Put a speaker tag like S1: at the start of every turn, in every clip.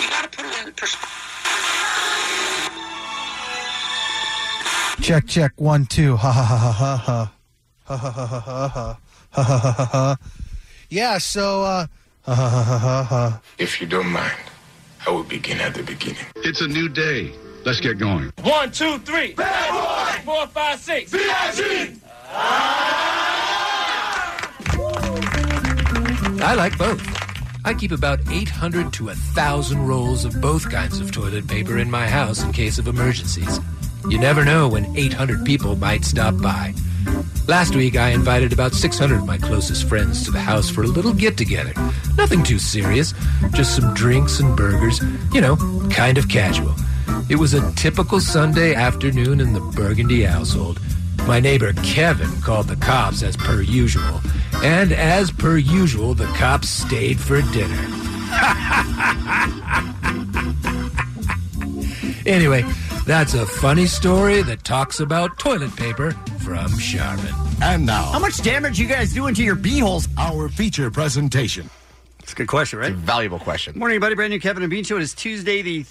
S1: You gotta put it in perspective.
S2: Check, check, one, two. Ha ha ha ha ha ha. Ha ha ha ha ha ha. Ha ha ha ha ha. Yeah, so, uh, ha ha ha ha ha ha.
S3: If you don't mind, I will begin at the beginning.
S4: It's a new day. Let's get going.
S5: One, two, three. Bad boy. Four, five, six. B.I.G.
S6: I like both. I keep about 800 to 1,000 rolls of both kinds of toilet paper in my house in case of emergencies. You never know when 800 people might stop by. Last week, I invited about 600 of my closest friends to the house for a little get together. Nothing too serious, just some drinks and burgers, you know, kind of casual. It was a typical Sunday afternoon in the Burgundy household. My neighbor Kevin called the cops as per usual, and as per usual, the cops stayed for dinner. Anyway, that's a funny story that talks about toilet paper from Charmin.
S4: And now,
S7: How much damage you guys doing to your beeholes?
S4: our feature presentation.
S7: That's a good question, right?
S8: Valuable question.
S7: Morning, everybody. Brand new Kevin and Bean Show. It is Tuesday, the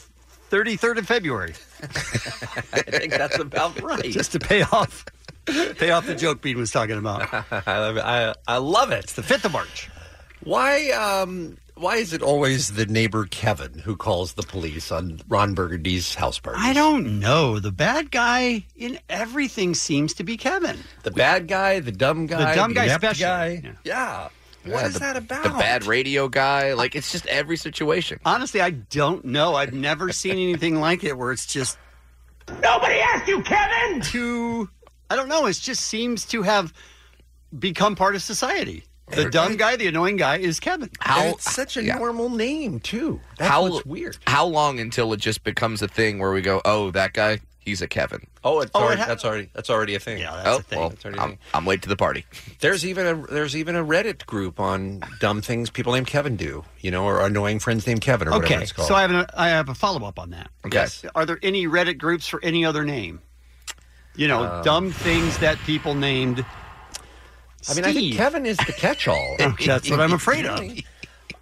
S7: 33rd of February.
S8: I think that's about right.
S7: Just to pay off, pay off the joke Bean was talking about.
S8: I love it. I, I love it.
S7: It's the 5th of March.
S8: Why um why is it always the neighbor Kevin who calls the police on Ron Burgundy's house party?
S7: I don't know. Oh, The bad guy in everything seems to be Kevin.
S8: The bad guy, the dumb guy,
S7: dumb guy
S8: inept
S7: special.
S8: guy.
S7: Yeah.
S8: Yeah. What is that about?
S9: The bad radio guy. Like it's just every situation.
S7: Honestly, I don't know. I've never seen anything like it where it's just
S1: Nobody asked you, Kevin!
S7: too. I don't know. It just seems to have become part of society. The dumb guy, the annoying guy, is Kevin.
S8: And
S9: How
S8: it's such a
S9: yeah.
S8: normal name too. That's
S9: how
S8: what's weird.
S9: How long until it just becomes a thing where we go, oh, that guy, he's a Kevin.
S8: Oh, it's
S7: Oh, it
S8: already,
S7: ha-
S8: that's already that's already a thing.
S7: Yeah, that's
S9: Oh
S7: a thing.
S9: well,
S8: That's already a
S9: I'm,
S8: thing.
S9: I'm late to the party.
S8: There's even a there's even a Reddit group on dumb things people named Kevin do, you know, or annoying friends named Kevin or whatever
S7: Okay,
S8: it's called.
S7: so I have an, I have a follow up on that.
S9: Okay.
S8: Yes.
S7: Are there any Reddit groups for any other name? You know,
S9: Um,
S7: dumb things that people named.
S8: I mean, I think
S7: Steve.
S8: Kevin is the catch-all.
S7: That's what I'm afraid of.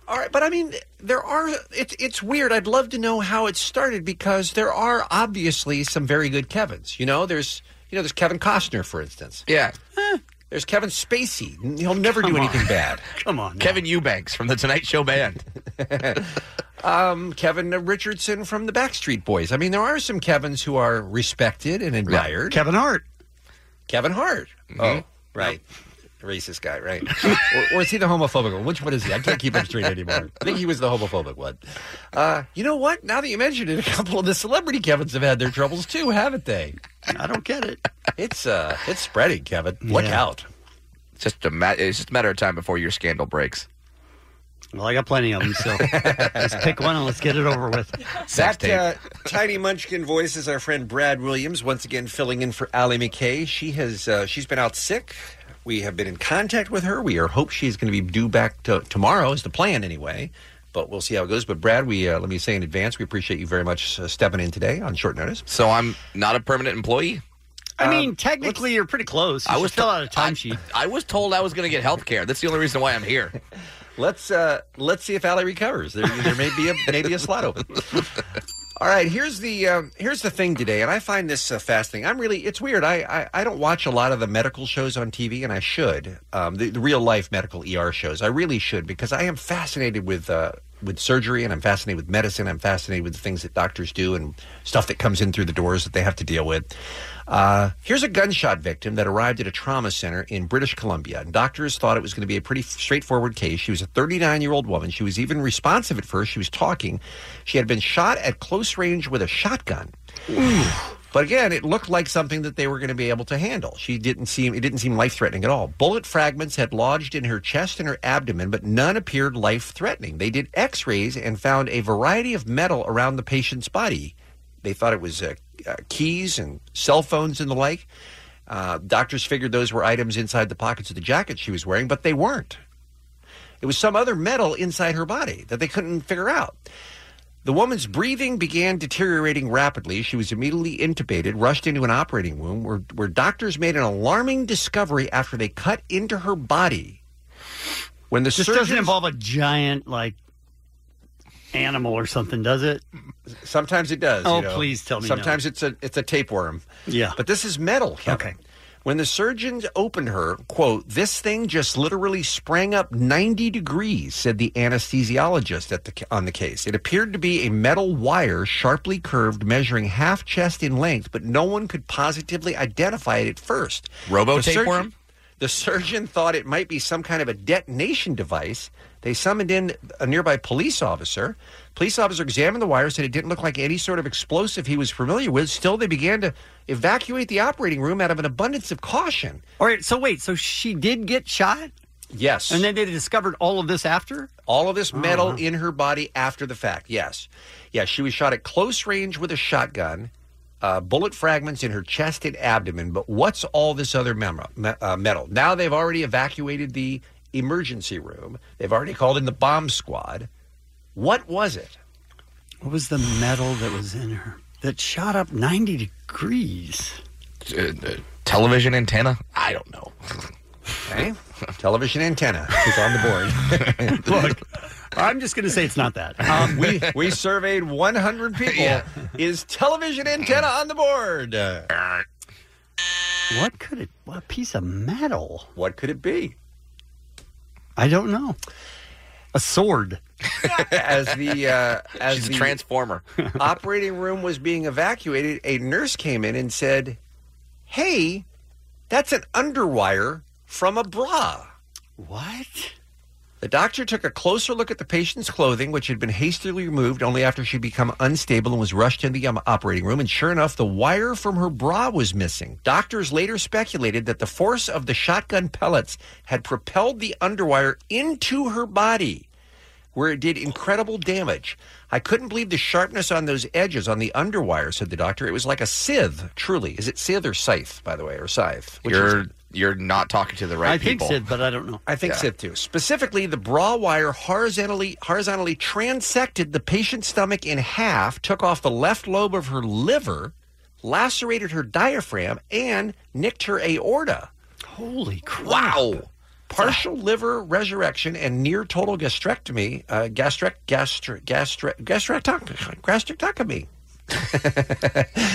S8: All right, but I mean, there are. It's it's weird. I'd love to know how it started because there are obviously some very good Kevin's. You know, there's you know there's Kevin Costner, for instance.
S9: Yeah,
S8: There's Kevin Spacey. He'll never do anything bad.
S7: Come on, now.
S9: Kevin Eubanks from the Tonight Show band.
S8: Um, Kevin Richardson from the Backstreet Boys. I mean, there are some Kevin's who are respected and admired.
S7: Kevin Hart.
S8: Kevin Hart. Oh,
S5: Mm-hmm.
S8: right. Racist guy, right? or, or is he the homophobic one? Which one is he? I can't keep him straight anymore. I think he was the homophobic one. Uh, you know what? Now that you mentioned it, a couple of the celebrity Kevins have had their troubles too, haven't they?
S7: I don't get it.
S8: It's uh, it's spreading, Kevin. Look
S7: Yeah.
S8: out.
S9: It's just a ma- it's just a matter of time before your scandal breaks.
S7: Well, I got plenty of them, so let's pick one and let's get it over with.
S9: Sex tape.
S8: That uh, tiny munchkin voice is our friend Brad Williams once again filling in for Allie McKay. She has uh, she's been out sick. We have been in contact with her. We are hope she's going to be due back to, tomorrow is the plan anyway. But we'll see how it goes. But Brad, we uh, let me say in advance, we appreciate you very much uh, stepping in today on short notice.
S9: So I'm not a permanent employee.
S7: I mean, technically, you're pretty close. You
S9: I
S7: should
S9: was
S7: fill
S9: to-
S7: out a timesheet.
S9: I was told I was going to get health care. That's the only reason why I'm here.
S8: Let's uh, let's see if Allie recovers. There, there may be a maybe a slot open. All right, here's the um, here's the thing today, and I find this uh, fascinating. I'm really it's weird. I, I I don't watch a lot of the medical shows on TV, and I should um, the, the real life medical ER shows. I really should because I am fascinated with uh, with surgery, and I'm fascinated with medicine. I'm fascinated with the things that doctors do and stuff that comes in through the doors that they have to deal with. Uh, here's a gunshot victim that arrived at a trauma center in British Columbia. And doctors thought it was going to be a pretty straightforward case. She was a 39 year old woman. She was even responsive at first. She was talking. She had been shot at close range with a shotgun. But again, it looked like something that they were going to be able to handle. She didn't seem it didn't seem life threatening at all. Bullet fragments had lodged in her chest and her abdomen, but none appeared life threatening. They did X-rays and found a variety of metal around the patient's body. They thought it was uh, uh, keys and cell phones and the like. Uh, doctors figured those were items inside the pockets of the jacket she was wearing, but they weren't. It was some other metal inside her body that they couldn't figure out. The woman's breathing began deteriorating rapidly. She was immediately intubated, rushed into an operating room where, where doctors made an alarming discovery after they cut into her body. When the
S7: this doesn't
S8: surgeons-
S7: involve a giant like animal or something, does it?
S8: Sometimes it does.
S7: Oh,
S8: you know.
S7: please tell me.
S8: Sometimes
S7: no.
S8: it's a it's a tapeworm.
S7: Yeah.
S8: But this is metal, Kevin. Okay. When the surgeons opened her, quote, this thing just literally sprang up 90 degrees, said the anesthesiologist at the, on the case. It appeared to be a metal wire, sharply curved, measuring half chest in length, but no one could positively identify it at first.
S9: Robo
S8: The surgeon-
S9: tapeworm?
S8: the surgeon thought it might be some kind of a detonation device. They summoned in a nearby police officer. Police officer examined the wire, said it didn't look like any sort of explosive he was familiar with. Still, they began to evacuate the operating room out of an abundance of caution.
S7: All right. So wait. So she did get shot.
S8: Yes.
S7: And then they discovered all of this after.
S8: All of this
S7: Oh,
S8: metal
S7: wow.
S8: in her body after the fact. Yes. Yeah, she was shot at close range with a shotgun, uh, bullet fragments in her chest and abdomen. But what's all this other mem- me- uh, metal? Now they've already evacuated the emergency room, they've already called in the bomb squad. What was it?
S7: What was the metal that was in her that shot up ninety degrees?
S9: uh, television antenna? I don't know.
S8: Okay. Television antenna is on the board.
S7: Look, I'm just going to say it's not that.
S8: Um, we, we surveyed 100 people. Is television antenna on the board?
S7: What could it? What piece of metal?
S8: What could it be?
S7: I don't know. A sword.
S8: as the uh, as
S7: She's a
S8: the
S9: transformer
S8: operating room was being evacuated, a nurse came in and said, "Hey, that's an underwire from a bra."
S7: What?
S8: The doctor took a closer look at the patient's clothing, which had been hastily removed only after she become unstable and was rushed into the um, operating room. And sure enough, the wire from her bra was missing. Doctors later speculated that the force of the shotgun pellets had propelled the underwire into her body, where it did incredible damage. I couldn't believe the sharpness on those edges on the underwire, said the doctor. It was like a scythe, truly. Is it scythe or scythe, by the way, or scythe? Which
S9: you're
S8: is-
S9: you're not talking to the right people.
S8: uh,
S7: but I don't know.
S8: I think
S9: Yeah.
S8: Sid too. Specifically, the bra wire horizontally horizontally transected the patient's stomach in half, took off the left lobe of her liver, lacerated her diaphragm, and nicked her aorta.
S7: Holy crap!
S8: Wow. Partial liver resurrection and near total gastrectomy, uh, gastric, gastric, gastric, gastrectoc- gastrectomy.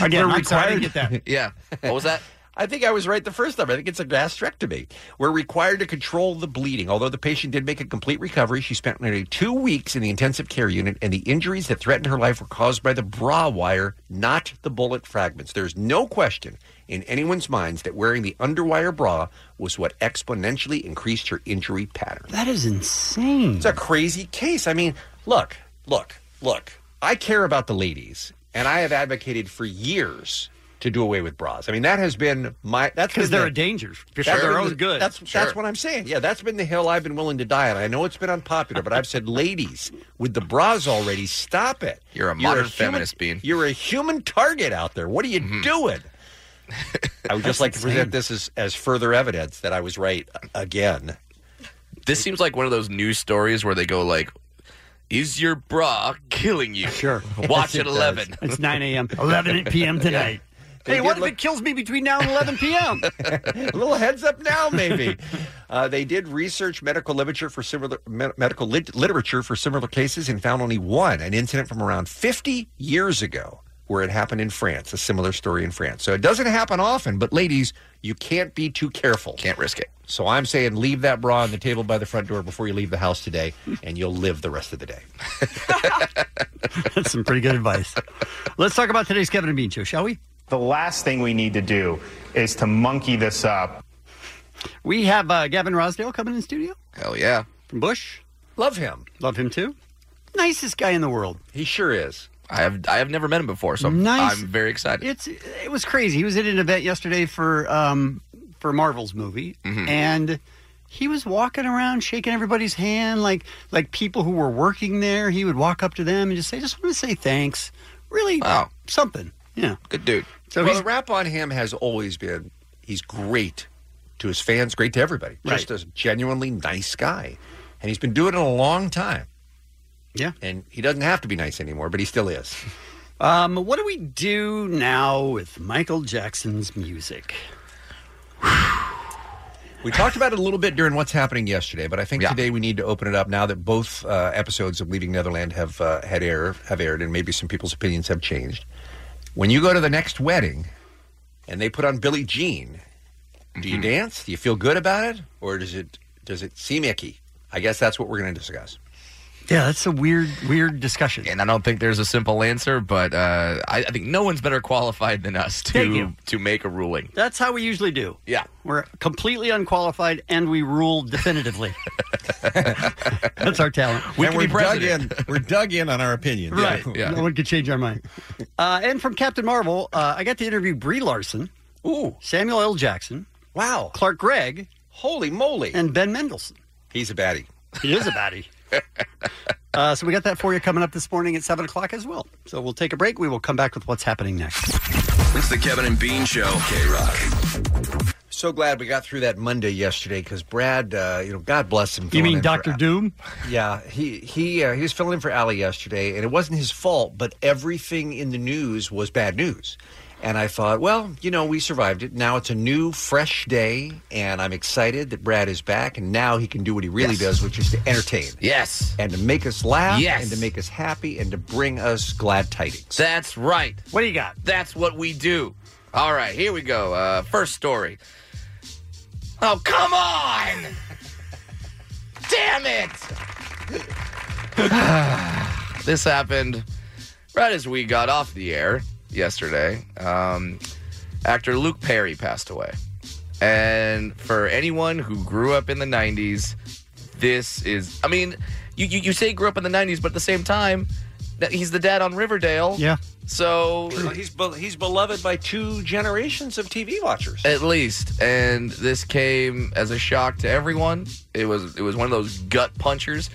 S7: Again,
S8: We're
S7: I'm sorry, I
S8: required-
S7: didn't get that.
S9: yeah. What was that?
S8: I think I was right the first time. I think it's a gastrectomy. We're required to control the bleeding. Although the patient did make a complete recovery, she spent nearly two weeks in the intensive care unit, and the injuries that threatened her life were caused by the bra wire, not the bullet fragments. There's no question in anyone's minds that wearing the underwire bra was what exponentially increased her injury pattern.
S7: That is insane.
S8: It's a crazy case. I mean, look, look, look. I care about the ladies, and I have advocated for years to do away with bras. I mean, that has been my that's
S7: Because
S8: been
S7: they're
S8: the-
S7: a danger for
S8: that's
S7: their
S8: been
S7: own
S8: the-
S7: good.
S8: That's that's what I'm saying. Yeah, that's been the hill I've been willing to die on. I know it's been unpopular, but I've said, ladies, with the bras already, stop it.
S9: You're a modern feminist Mm-hmm. being.
S8: You're a human target out there. What are you doing? I would just like to present this as, as further evidence that I was right uh, again.
S9: This seems like one of those news stories where they go like, "Is your bra killing you?" Sure. Watch
S7: Yes, it
S9: at eleven.
S7: It's 9 a.m. 11 p.m. tonight.
S8: They
S7: Hey,
S8: did
S7: what if
S8: look-
S7: it kills me between now and 11 p.m.?
S8: a little heads up now, maybe. uh, they did research medical literature for similar me- medical lit- literature for similar cases and found only one, an incident from around 50 years ago, where it happened in France. A similar story in France. So it doesn't happen often, but ladies, you can't be too careful. Can't
S9: risk it.
S8: So I'm saying leave that bra on the table by the front door before you leave the house today, and you'll live the rest of the day.
S7: That's some pretty good advice. Let's talk about today's Kevin and Bean show, shall we?
S10: The last thing we need to do is to monkey this up.
S7: We have uh, Gavin Rosdale coming in studio.
S9: Hell yeah.
S7: From Bush.
S8: Love him.
S7: Love him too. Nicest guy in the world.
S8: He sure is.
S9: I have I have never met him before, so I'm,
S7: Nice.
S9: I'm very excited.
S7: It's it was crazy. He was at an event yesterday for um for Marvel's movie,
S9: Mhm.
S7: and he was walking around shaking everybody's hand like like people who were working there. He would walk up to them and just say, "Just want to say thanks." Really, wow. something. Yeah,
S9: good dude.
S7: So
S8: well,
S7: he's-
S8: the rap on him has always been he's great to his fans, great to everybody. Just a genuinely nice guy, and he's been doing it a long time.
S7: Yeah,
S8: and he doesn't have to be nice anymore, but he still is.
S7: Um, what do we do now with Michael Jackson's music?
S8: We talked about it a little bit during what's happening yesterday, but I think today we need to open it up now that both uh, episodes of Leaving Netherland have uh, had air have aired, and maybe some people's opinions have changed. When you go to the next wedding, and they put on Billie Jean, do you dance? Do you feel good about it, or does it does it seem icky? I guess that's what we're going to discuss.
S7: Yeah, that's a weird, weird discussion.
S9: And I don't think there's a simple answer, but uh, I, I think no one's better qualified than us
S7: Thank
S9: to
S7: you.
S9: to make a ruling.
S7: That's how we usually do.
S9: Yeah.
S7: We're completely unqualified and we rule definitively. That's our talent.
S8: and we're dug in. We're dug in on our opinion.
S7: Right. No one could change our mind. Uh, and from Captain Marvel, uh, I got to interview Brie Larson,
S8: Ooh.
S7: Samuel L. Jackson,
S8: wow,
S7: Clark Gregg,
S8: holy moly,
S7: and Ben Mendelsohn.
S8: He's a baddie.
S7: He is a baddie. uh, so we got that for you coming up this morning at seven o'clock as well. So we'll take a break. We will come back with what's happening next.
S6: It's the Kevin and Bean Show. K Rock.
S8: So glad we got through that Monday yesterday because Brad, uh, you know, God bless him.
S7: You
S8: filling
S7: mean
S8: in for
S7: Doctor Doom?
S8: Yeah, he he uh, he was filling in for Ali yesterday, and it wasn't his fault. But everything in the news was bad news, and I thought, well, you know, we survived it. Now it's a new, fresh day, and I'm excited that Brad is back, and now he can do what he really does, which is to entertain.
S9: Yes,
S8: and to make us laugh,
S9: Yes.
S8: and to make us happy, and to bring us glad tidings.
S9: That's right.
S7: What do you got?
S9: That's what we do. All right, here we go. Uh, first story. Oh, come on! Damn it! this happened right as we got off the air yesterday. Um, actor Luke Perry passed away. And for anyone who grew up in the 90s, this is, I mean, you, you, you say grew up in the 90s, but at the same time, that he's the dad on Riverdale.
S7: Yeah.
S9: So
S8: he's be- he's beloved by two generations of TV watchers.
S9: at least. And this came as a shock to everyone. It was it was one of those gut punchers.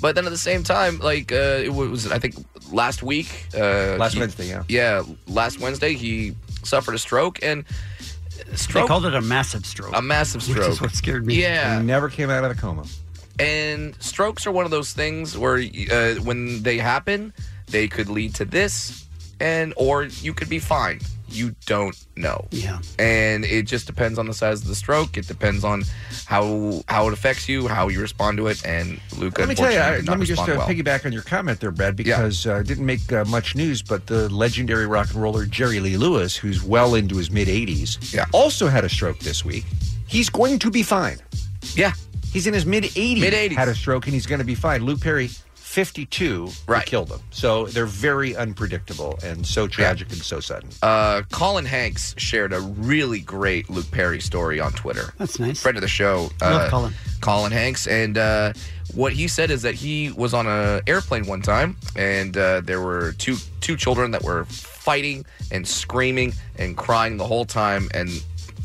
S9: But then at the same time, like uh, it was, I think last week, uh,
S8: Last
S9: he-
S8: Wednesday, yeah.
S9: yeah, last Wednesday he suffered a stroke and
S7: They
S9: stroke
S7: called it a massive stroke.
S9: a massive stroke.
S7: Which is what scared me.
S9: Yeah.
S8: He never came out of the coma.
S9: And strokes are one of those things where uh, when they happen, they could lead to this, and or you could be fine. You don't know.
S7: Yeah.
S9: And it just depends on the size of the stroke. It depends on how how it affects you, how you respond to it. And Luca,
S8: Let me tell you. I,
S9: unfortunately, did not
S8: let me just
S9: respond
S8: uh,
S9: well.
S8: piggyback on your comment there, Brad, because uh, it didn't make uh, much news. But the legendary rock and roller Jerry Lee Lewis, who's well into his mid 80s, also had a stroke this week. He's going to be fine.
S9: Yeah,
S8: he's in his mid 80s.
S9: Mid-eighties.
S8: had a stroke, and he's going to be fine. Luke Perry, 52, right. killed him. So they're very unpredictable and so tragic and so sudden.
S9: Uh, Colin Hanks shared a really great Luke Perry story on Twitter.
S7: That's nice.
S9: Friend of the show. uh,
S7: I love Colin.
S9: Colin Hanks, and uh, what he said is that he was on an airplane one time, and uh, there were two two children that were fighting and screaming and crying the whole time. And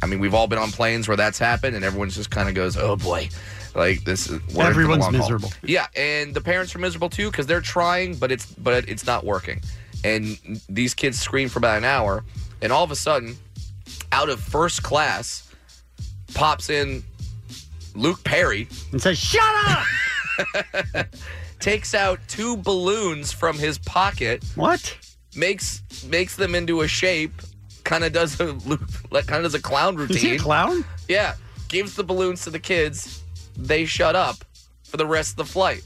S9: I mean, we've all been on planes where that's happened, and everyone's just kind of goes, "Oh boy." Like this, is, we're in for the
S7: Everyone's
S9: long haul."
S7: miserable.
S9: Yeah, and the parents are miserable too because they're trying, but it's but it's not working. And these kids scream for about an hour, and all of a sudden, out of first class, pops in Luke Perry,
S7: And says, shut up!
S9: takes out two balloons from his pocket.
S7: What?
S9: Makes makes them into a shape. Kind of does a loop, like kind of does a clown routine.
S7: Is he a clown?
S9: Yeah, gives the balloons to the kids. They shut up for the rest of the flight.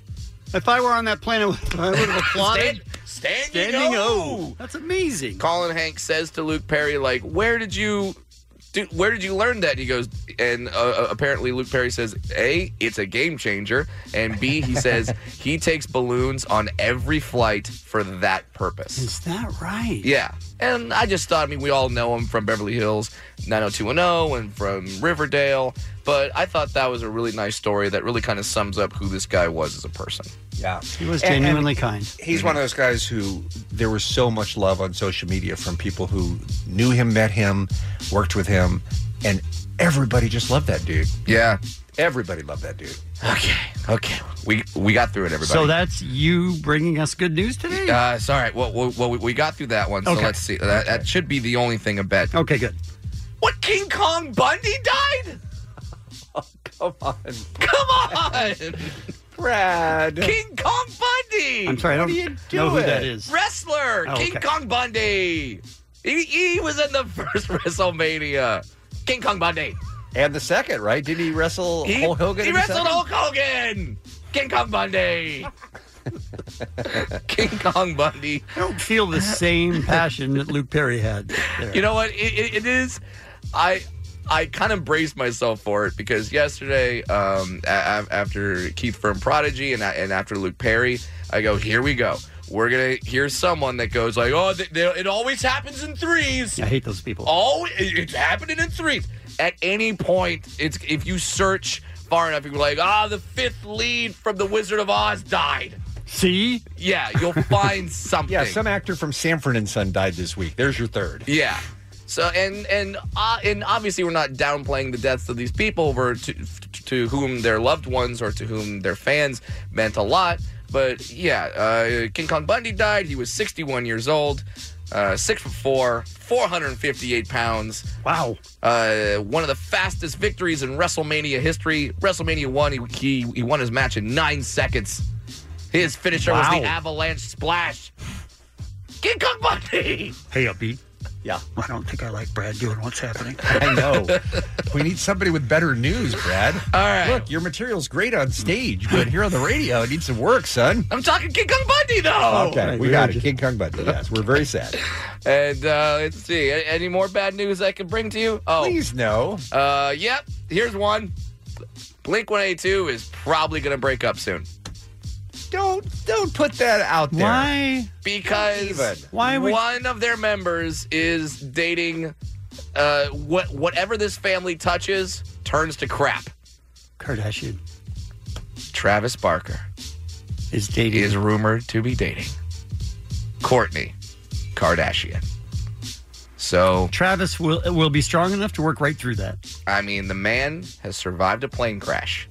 S7: If I were on that plane, I would I would have applauded.
S9: Stand,
S7: Standing O. That's amazing.
S9: Colin Hanks says to Luke Perry, like, where did you do, where did you learn that? And he goes, and uh, uh, apparently Luke Perry says, A, it's a game changer. And B, he says he takes balloons on every flight for that purpose.
S7: Is that right?
S9: Yeah. And oh I just thought, I mean, we all know him from Beverly Hills 90210 and from Riverdale, But I thought that was a really nice story that really kind of sums up who this guy was as a person.
S8: Yeah.
S7: He was
S8: And- and
S7: genuinely kind.
S8: He's one of those guys who there was so much love on social media from people who knew him, met him, worked with him, and everybody just loved that dude.
S9: Yeah.
S8: Everybody loved that dude.
S9: Okay. Okay. We we got through it, everybody.
S7: So that's you bringing us good news today?
S9: Uh, it's all right. Well, well, well, we- we got through that one. So
S7: Okay.
S9: let's see. That, that should be the only thing about.
S7: Okay, good.
S9: What King Kong Bundy died?
S8: Oh, Come on.
S9: Come on.
S8: Brad.
S9: King Kong Bundy.
S7: I'm sorry, I
S9: What
S7: don't
S9: are you
S7: know who
S9: doing?
S7: that is.
S9: Wrestler
S7: Oh,
S9: King
S7: okay.
S9: Kong Bundy. He, he was in the first WrestleMania. King Kong Bundy.
S8: And the second, right? Didn't he wrestle
S9: He,
S8: Hulk Hogan?
S9: he
S8: in the
S9: wrestled
S8: second?
S9: Hulk Hogan. King Kong Bundy. King Kong Bundy.
S7: I don't feel the same passion that Luke Perry had. there.
S9: You know what? It, it, it is. I I kind of braced myself for it because yesterday, um, a- a- after Keith from Prodigy and I- and after Luke Perry, I go, here we go. We're gonna hear someone that goes like, oh, they, they, it always happens in threes.
S7: I hate those people.
S9: Oh, it- it's happening in threes. At any point, it's if you search far enough, you're like, ah, the fifth lead from the Wizard of Oz died.
S7: See?
S9: Yeah, you'll find something.
S8: Yeah, some actor from Sanford and Son died this week. There's your third.
S9: Yeah. So and and uh, and obviously we're not downplaying the deaths of these people, we to to whom their loved ones or to whom their fans meant a lot. But yeah, uh, King Kong Bundy died. He was 61 years old, uh, six foot four, 458 pounds.
S7: Wow.
S9: Uh, one of the fastest victories in WrestleMania history. WrestleMania one, he he, he won his match in nine seconds. His finisher was
S7: Wow.
S9: the Avalanche Splash. King Kong Bundy.
S7: Hey, upbeat.
S8: Yeah.
S7: I don't think I like Brad doing what's happening.
S8: I know. we need somebody with better news, Brad.
S9: All right.
S8: Look, your material's great on stage, but here on the radio, it needs some work, son.
S9: I'm talking King Kong Bundy though.
S8: okay,
S7: right,
S8: we
S7: we
S8: got
S7: were
S8: it.
S7: just-
S8: King Kong Bundy. Yes, we're very sad.
S9: And uh, let's see, a- any more bad news I can bring to you? Oh,
S8: Please no.
S9: uh, yep. Here's one. Blink 182 is probably going to break up soon
S8: Don't don't put that out there.
S7: Why?
S8: Even.
S9: because
S7: Why would-
S9: one of their members is dating uh, what whatever this family touches turns to crap.
S7: Kardashian
S9: Travis Barker
S7: is dating.
S9: is rumored to be dating Courtney Kardashian. So
S7: Travis will will be strong enough to work right through that.
S9: I mean, the man has survived a plane crash,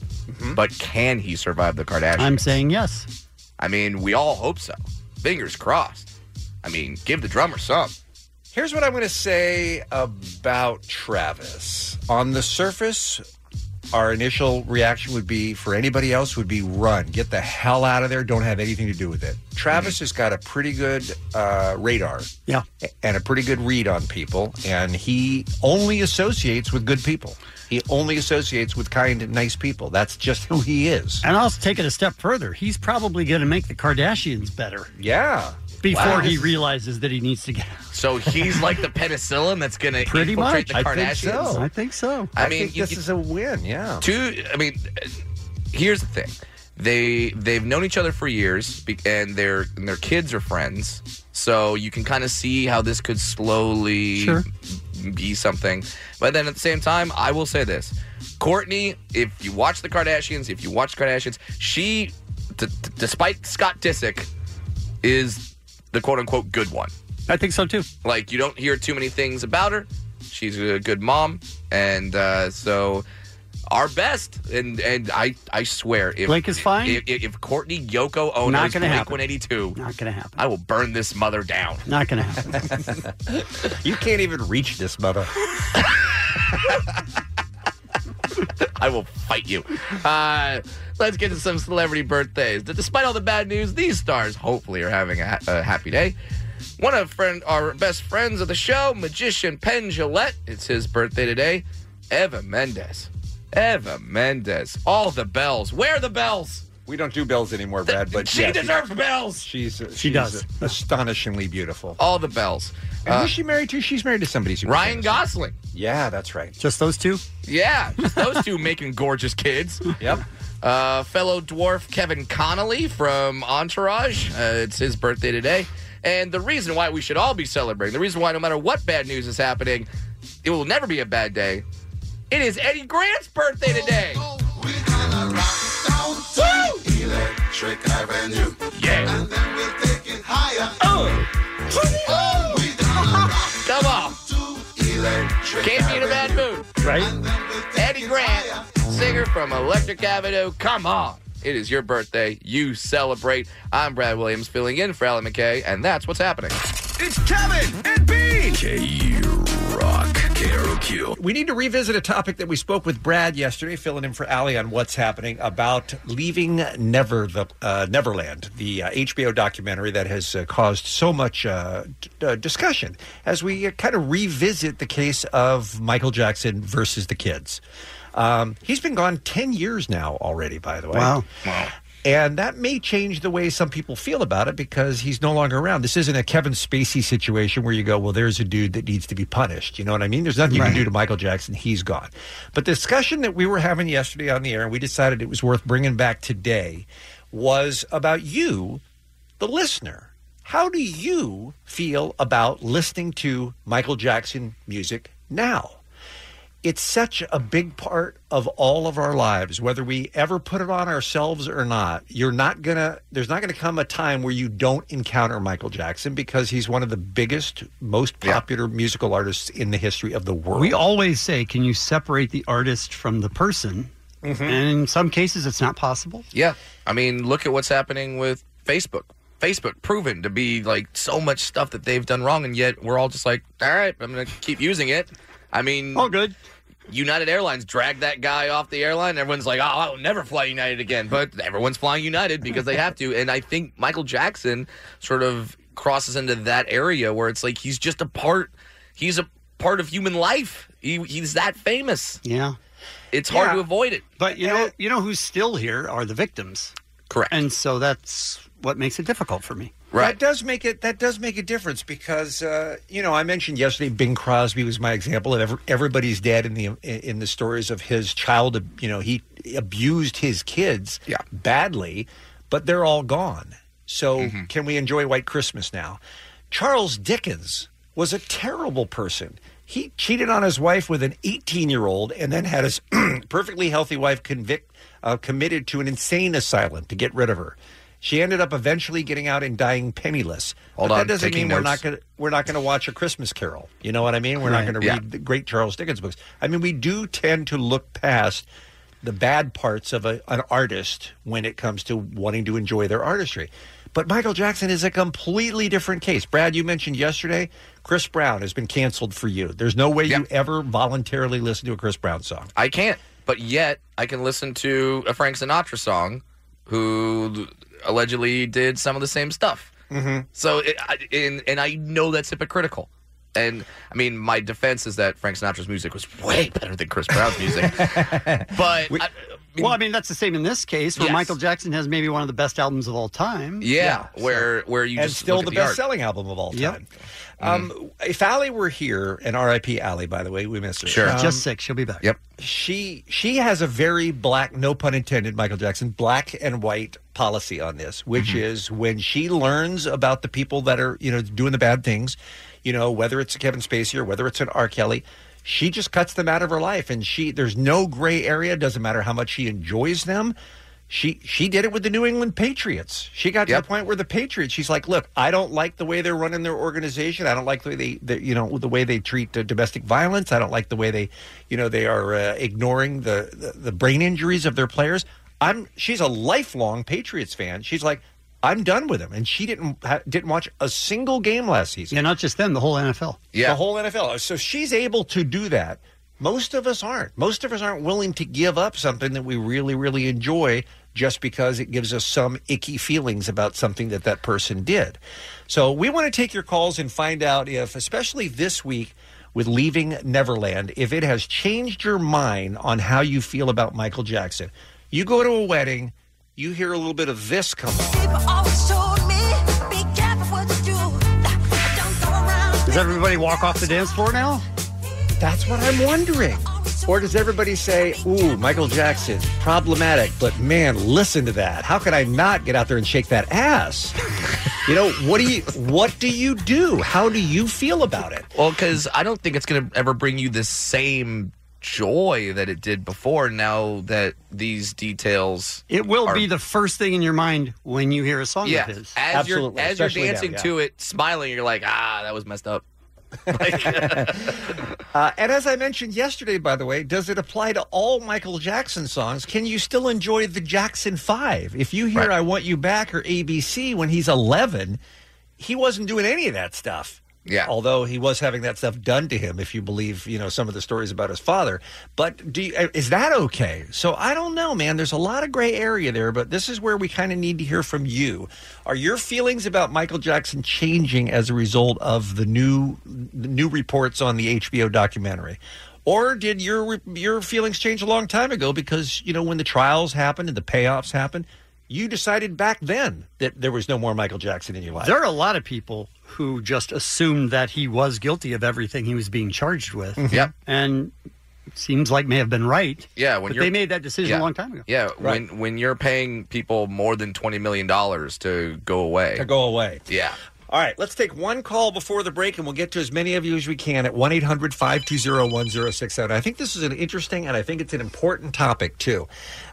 S9: but can he survive the Kardashians?
S7: Mm-hmm. I'm saying yes.
S9: I mean, we all hope so. Fingers crossed. I mean, give the drummer some.
S8: Here's what I'm going to say about Travis. On the surface, our initial reaction would be for anybody else would be run, get the hell out of there, don't have anything to do with it. Travis has got a pretty good uh, radar
S7: Yeah.
S8: and a pretty good read on people, and he only associates with good people. He only associates with kind, nice people. That's just who he is.
S7: And I'll take it a step further. He's probably going to make the Kardashians better
S8: Yeah.
S7: before
S9: Wow.
S7: he realizes that he needs to get out.
S9: So he's like the penicillin that's going to
S7: Pretty
S9: infiltrate
S7: much.
S9: the
S8: I
S9: Kardashians.
S8: think so.
S7: I think so.
S9: I
S8: I,
S9: mean,
S8: think
S9: you-
S8: this is a win. Yeah.
S9: Two. I mean, uh, here's the thing. They they've known each other for years, be- and their and their kids are friends. So you can kind of see how this could slowly
S7: Sure.
S9: be something. But then at the same time, I will say this: Courtney, if you watch the Kardashians, if you watch Kardashians, she, d- d- despite Scott Disick, is the quote unquote good one.
S7: I think so too.
S9: Like you don't hear too many things about her. She's a good mom, and uh, so our best. And and I I swear, if
S7: Blink is fine?
S9: If, if, if Courtney Yoko Ono
S7: Not
S9: is
S7: gonna
S9: Blink
S7: happen.
S9: One Eighty Two,
S7: Not going to happen.
S9: I will burn this mother down.
S7: Not going to happen.
S8: You can't even reach this mother.
S9: I will fight you. Uh, let's get to some celebrity birthdays. D- Despite all the bad news, these stars hopefully are having a, ha- a happy day. One of friend, our best friends of the show, magician Penn Gillette, it's his birthday today. Eva Mendes. Eva Mendes. All the bells. Where are the bells?
S8: We don't do bells anymore, Brad. But
S9: she
S8: yes,
S9: deserves bells.
S8: She's she's
S7: does.
S8: astonishingly beautiful.
S9: All the bells. Uh,
S8: And who's she married to? She's married to somebody. super
S9: Ryan
S8: famous.
S9: Gosling.
S8: Yeah, that's right.
S7: Just those two?
S9: Yeah, just those two making gorgeous kids.
S8: Yep.
S9: Uh, fellow dwarf Kevin Connolly from Entourage. Uh, it's his birthday today. And the reason why we should all be celebrating, the reason why no matter what bad news is happening, it will never be a bad day, It is Eddie Grant's birthday today.
S1: Electric Avenue. Yeah. And then we'll take it higher.
S9: Come on. Can't be in a bad mood.
S11: Right?
S9: Eddie Grant, singer from Electric Avenue. Come on. It is your birthday. You celebrate. I'm Brad Williams filling in for Allie McKay, and that's what's happening.
S6: It's Kevin and Bean. K Rock. K R O Q.
S8: We need to revisit a topic that we spoke with Brad yesterday, filling in for Ali on what's happening about leaving Never the uh, Neverland, the uh, HBO documentary that has uh, caused so much uh, d- uh, discussion as we uh, kind of revisit the case of Michael Jackson versus the kids. Um, he's been gone ten years now already. By the way,
S7: Wow.
S8: Wow. And that may change the way some people feel about it because he's no longer around. This isn't a Kevin Spacey situation where you go, well, there's a dude that needs to be punished. You know what I mean? There's nothing you
S7: Right.
S8: can do to Michael Jackson. He's gone. But the discussion that we were having yesterday on the air, and we decided it was worth bringing back today, was about you, the listener. How do you feel about listening to Michael Jackson music now? it's such a big part of all of our lives whether we ever put it on ourselves or not you're not gonna there's not gonna come a time where you don't encounter michael jackson because he's one of the biggest most popular musical artists in the history of the world
S7: We always say, can you separate the artist from the person?
S9: Mm-hmm.
S7: And in some cases, it's not possible.
S9: Yeah. I mean, look at what's happening with Facebook. Facebook proven to be like so much stuff that they've done wrong, and yet we're all just like, all right, I'm going to keep using it. I mean, all
S7: good.
S9: United Airlines dragged that guy off the airline. Everyone's like, oh, I'll never fly United again. But everyone's flying United because they have to. And I think Michael Jackson sort of crosses into that area where it's like he's just a part, he's a part of human life. He, he's that famous.
S7: Yeah.
S9: It's hard to avoid it.
S7: But you know, you know who's still here are the victims.
S9: Correct.
S7: And so that's what makes it difficult for me.
S8: That does make it. That does make a difference because uh, you know I mentioned yesterday Bing Crosby was my example, and every, everybody's dad in the in the stories of his child. You know, he abused his kids badly, but they're all gone. So
S9: Mm-hmm.
S8: can we enjoy White Christmas now? Charles Dickens was a terrible person. He cheated on his wife with an 18 year old and then had his perfectly healthy wife convict, uh, committed to an insane asylum to get rid of her. She ended up eventually getting out and dying penniless.
S9: Hold
S8: but
S9: on,
S8: that doesn't
S9: taking
S8: mean we're
S9: notes.
S8: not gonna we're not gonna watch a Christmas Carol. You know what I mean? We're
S9: Right.
S8: not gonna
S9: Yeah.
S8: read the great Charles Dickens books. I mean, we do tend to look past the bad parts of a, an artist when it comes to wanting to enjoy their artistry. But Michael Jackson is a completely different case. Brad, you mentioned yesterday Chris Brown has been canceled for you. There's no way you ever voluntarily listen to a Chris Brown song.
S9: I can't, but yet I can listen to a Frank Sinatra song who allegedly did some of the same stuff.
S1: Mm-hmm.
S9: So, it, I, and, and I know that's hypocritical. And I mean, my defense is that Frank Sinatra's music was way better than Chris Brown's music. but I,
S7: well, I mean, that's the same in this case where
S9: Yes.
S7: Michael Jackson has maybe one of the best albums of all time.
S9: yeah, where where you
S8: and
S9: just
S8: still
S9: look
S8: the
S9: at
S8: best
S9: art.
S8: selling album of all time. Um, if Allie were here, and RIP Allie, by the way, we missed her.
S7: She's
S8: Um,
S7: just sick. She'll be back.
S9: Yep.
S8: She she has a very black, no pun intended, Michael Jackson, black and white policy on this, which is when she learns about the people that are you know doing the bad things, you know whether it's a Kevin Spacey or whether it's an R. Kelly. She just cuts them out of her life, and she there's no gray area. Doesn't matter how much she enjoys them. She she did it with the New England Patriots. She got to the point where the Patriots. She's like, look, I don't like the way they're running their organization. I don't like the way they, the, you know, the way they treat uh, domestic violence. I don't like the way they, you know, they are uh, ignoring the, the the brain injuries of their players. I'm. She's a lifelong Patriots fan. She's like, I'm done with them. And she didn't ha- didn't watch a single game last season.
S7: Yeah, not just them, the whole NFL.
S8: The whole NFL. So she's able to do that. Most of us aren't. Most of us aren't willing to give up something that we really, really enjoy just because it gives us some icky feelings about something that that person did. So we want to take your calls and find out if, especially this week with leaving Neverland, if it has changed your mind on how you feel about Michael Jackson. You go to a wedding, you hear a little bit of this come on.
S7: Does everybody walk off the dance floor now?
S8: That's what I'm wondering. Or does everybody say, ooh, Michael Jackson, problematic, but man, listen to that. How could I not get out there and shake that ass? You know, what do you what do you do? How do you feel about it?
S9: Well, because I don't think it's going to ever bring you the same joy that it did before. Now that these details,
S7: It will
S9: are-
S7: be the first thing in your mind when you hear a song
S9: yeah.
S7: of his.
S9: As you're as you're dancing to it, smiling, you're like, ah, that was messed up.
S8: Uh, and as I mentioned yesterday, by the way, does it apply to all Michael Jackson songs? Can you still enjoy the Jackson Five? If you hear "I Want You Back" or "ABC" when he's 11, he wasn't doing any of that stuff.
S9: Yeah.
S8: Although he was having that stuff done to him, if you believe you know some of the stories about his father. But do you, is that okay? So I don't know, man. There's a lot of gray area there, but this is where we kind of need to hear from you. Are your feelings about Michael Jackson changing as a result of the new the new reports on the HBO documentary? Or did your your feelings change a long time ago because you know when the trials happened and the payoffs happened, you decided back then that there was no more Michael Jackson in your life.
S7: There are a lot of people who just assumed that he was guilty of everything he was being charged with.
S9: Mhm. Yep.
S7: And seems like may have been right.
S9: Yeah, when
S7: But
S9: you're,
S7: they made that decision a
S9: yeah.
S7: long time ago.
S9: Yeah, when when you're paying people more than twenty million dollars to go away,
S8: To go away.
S9: yeah.
S8: All right, let's take one call before the break and we'll get to as many of you as we can at 1 800 520 1067. I think this is an interesting and I think it's an important topic too,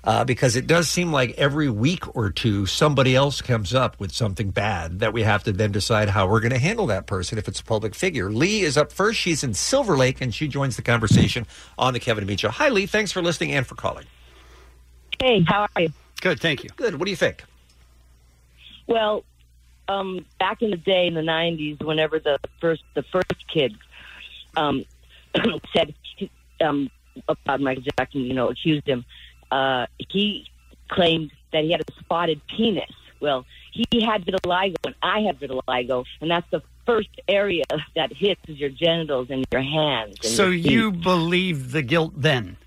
S8: uh, because it does seem like every week or two somebody else comes up with something bad that we have to then decide how we're going to handle that person if it's a public figure. Lee is up first. She's in Silver Lake and she joins the conversation on the Kevin and Beach Show. Hi, Lee. Thanks for listening and for calling.
S11: Hey, how are you?
S7: Good, thank you.
S8: Good. What do you think?
S11: Well, um, back in the day in the '90s, whenever the first the first kid um, said um, about Michael Jackson, you know, accused him, uh, he claimed that he had a spotted penis. Well, he had vitiligo, and I had vitiligo, and that's the first area that hits is your genitals and your hands. And
S7: So
S11: your feet.
S7: you believed the guilt then.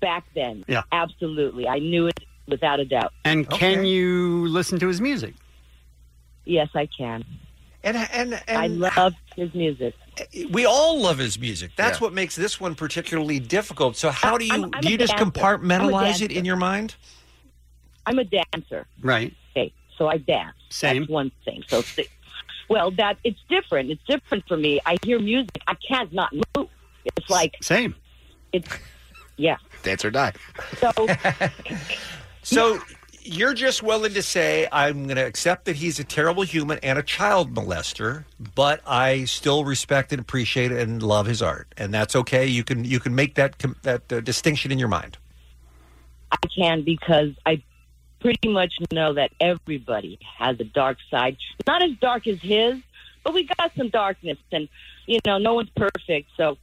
S11: back then,
S7: Yeah.
S11: absolutely, I knew it without a doubt.
S7: And can you listen to his music?
S11: Yes, I can.
S8: And and, and
S11: I love his music.
S8: we all love his music. That's what makes this one particularly difficult. So how do you
S11: I'm- I'm
S8: do
S11: a
S8: you just
S11: dancer. I'm a
S8: compartmentalize
S11: dancer.
S8: it in your mind?
S11: I'm a dancer.
S7: Right.
S11: Okay, so I dance. Same. That's one thing. So, th- well, that it's different. It's different for me. I hear music. I can't not move. It's like
S7: same.
S11: It's yeah.
S9: Dance or die.
S11: So
S8: So you're just willing to say I'm going to accept that he's a terrible human and a child molester, but I still respect and appreciate and love his art, and that's okay. You can you can make that com- that uh, distinction in your mind.
S11: I can because I pretty much know that everybody has a dark side. Not as dark as his, but we got some darkness, and you know, no one's perfect. So.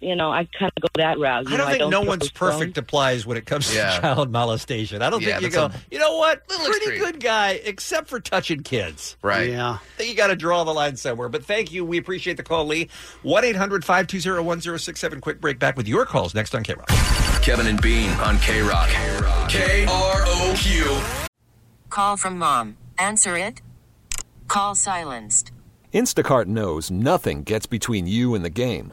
S11: You know, I kind of go that route. You
S8: I
S11: know,
S8: don't think no
S11: throw
S8: one's
S11: stones.
S8: perfect applies when it comes
S9: Yeah.
S8: to child molestation. I don't
S9: Yeah,
S8: think you go,
S9: that's a
S8: you know what,
S9: little
S8: pretty
S9: extreme."
S8: good guy, except for touching kids.
S9: Right. Yeah.
S8: I think you got to draw the line somewhere. But thank you. We appreciate the call, Lee. 1 800 520 1067. Quick break back with your calls next on K Rock.
S6: Kevin and Bean on K Rock. K R O Q.
S12: Call from mom. Answer it. Call silenced.
S13: Instacart knows nothing gets between you and the game.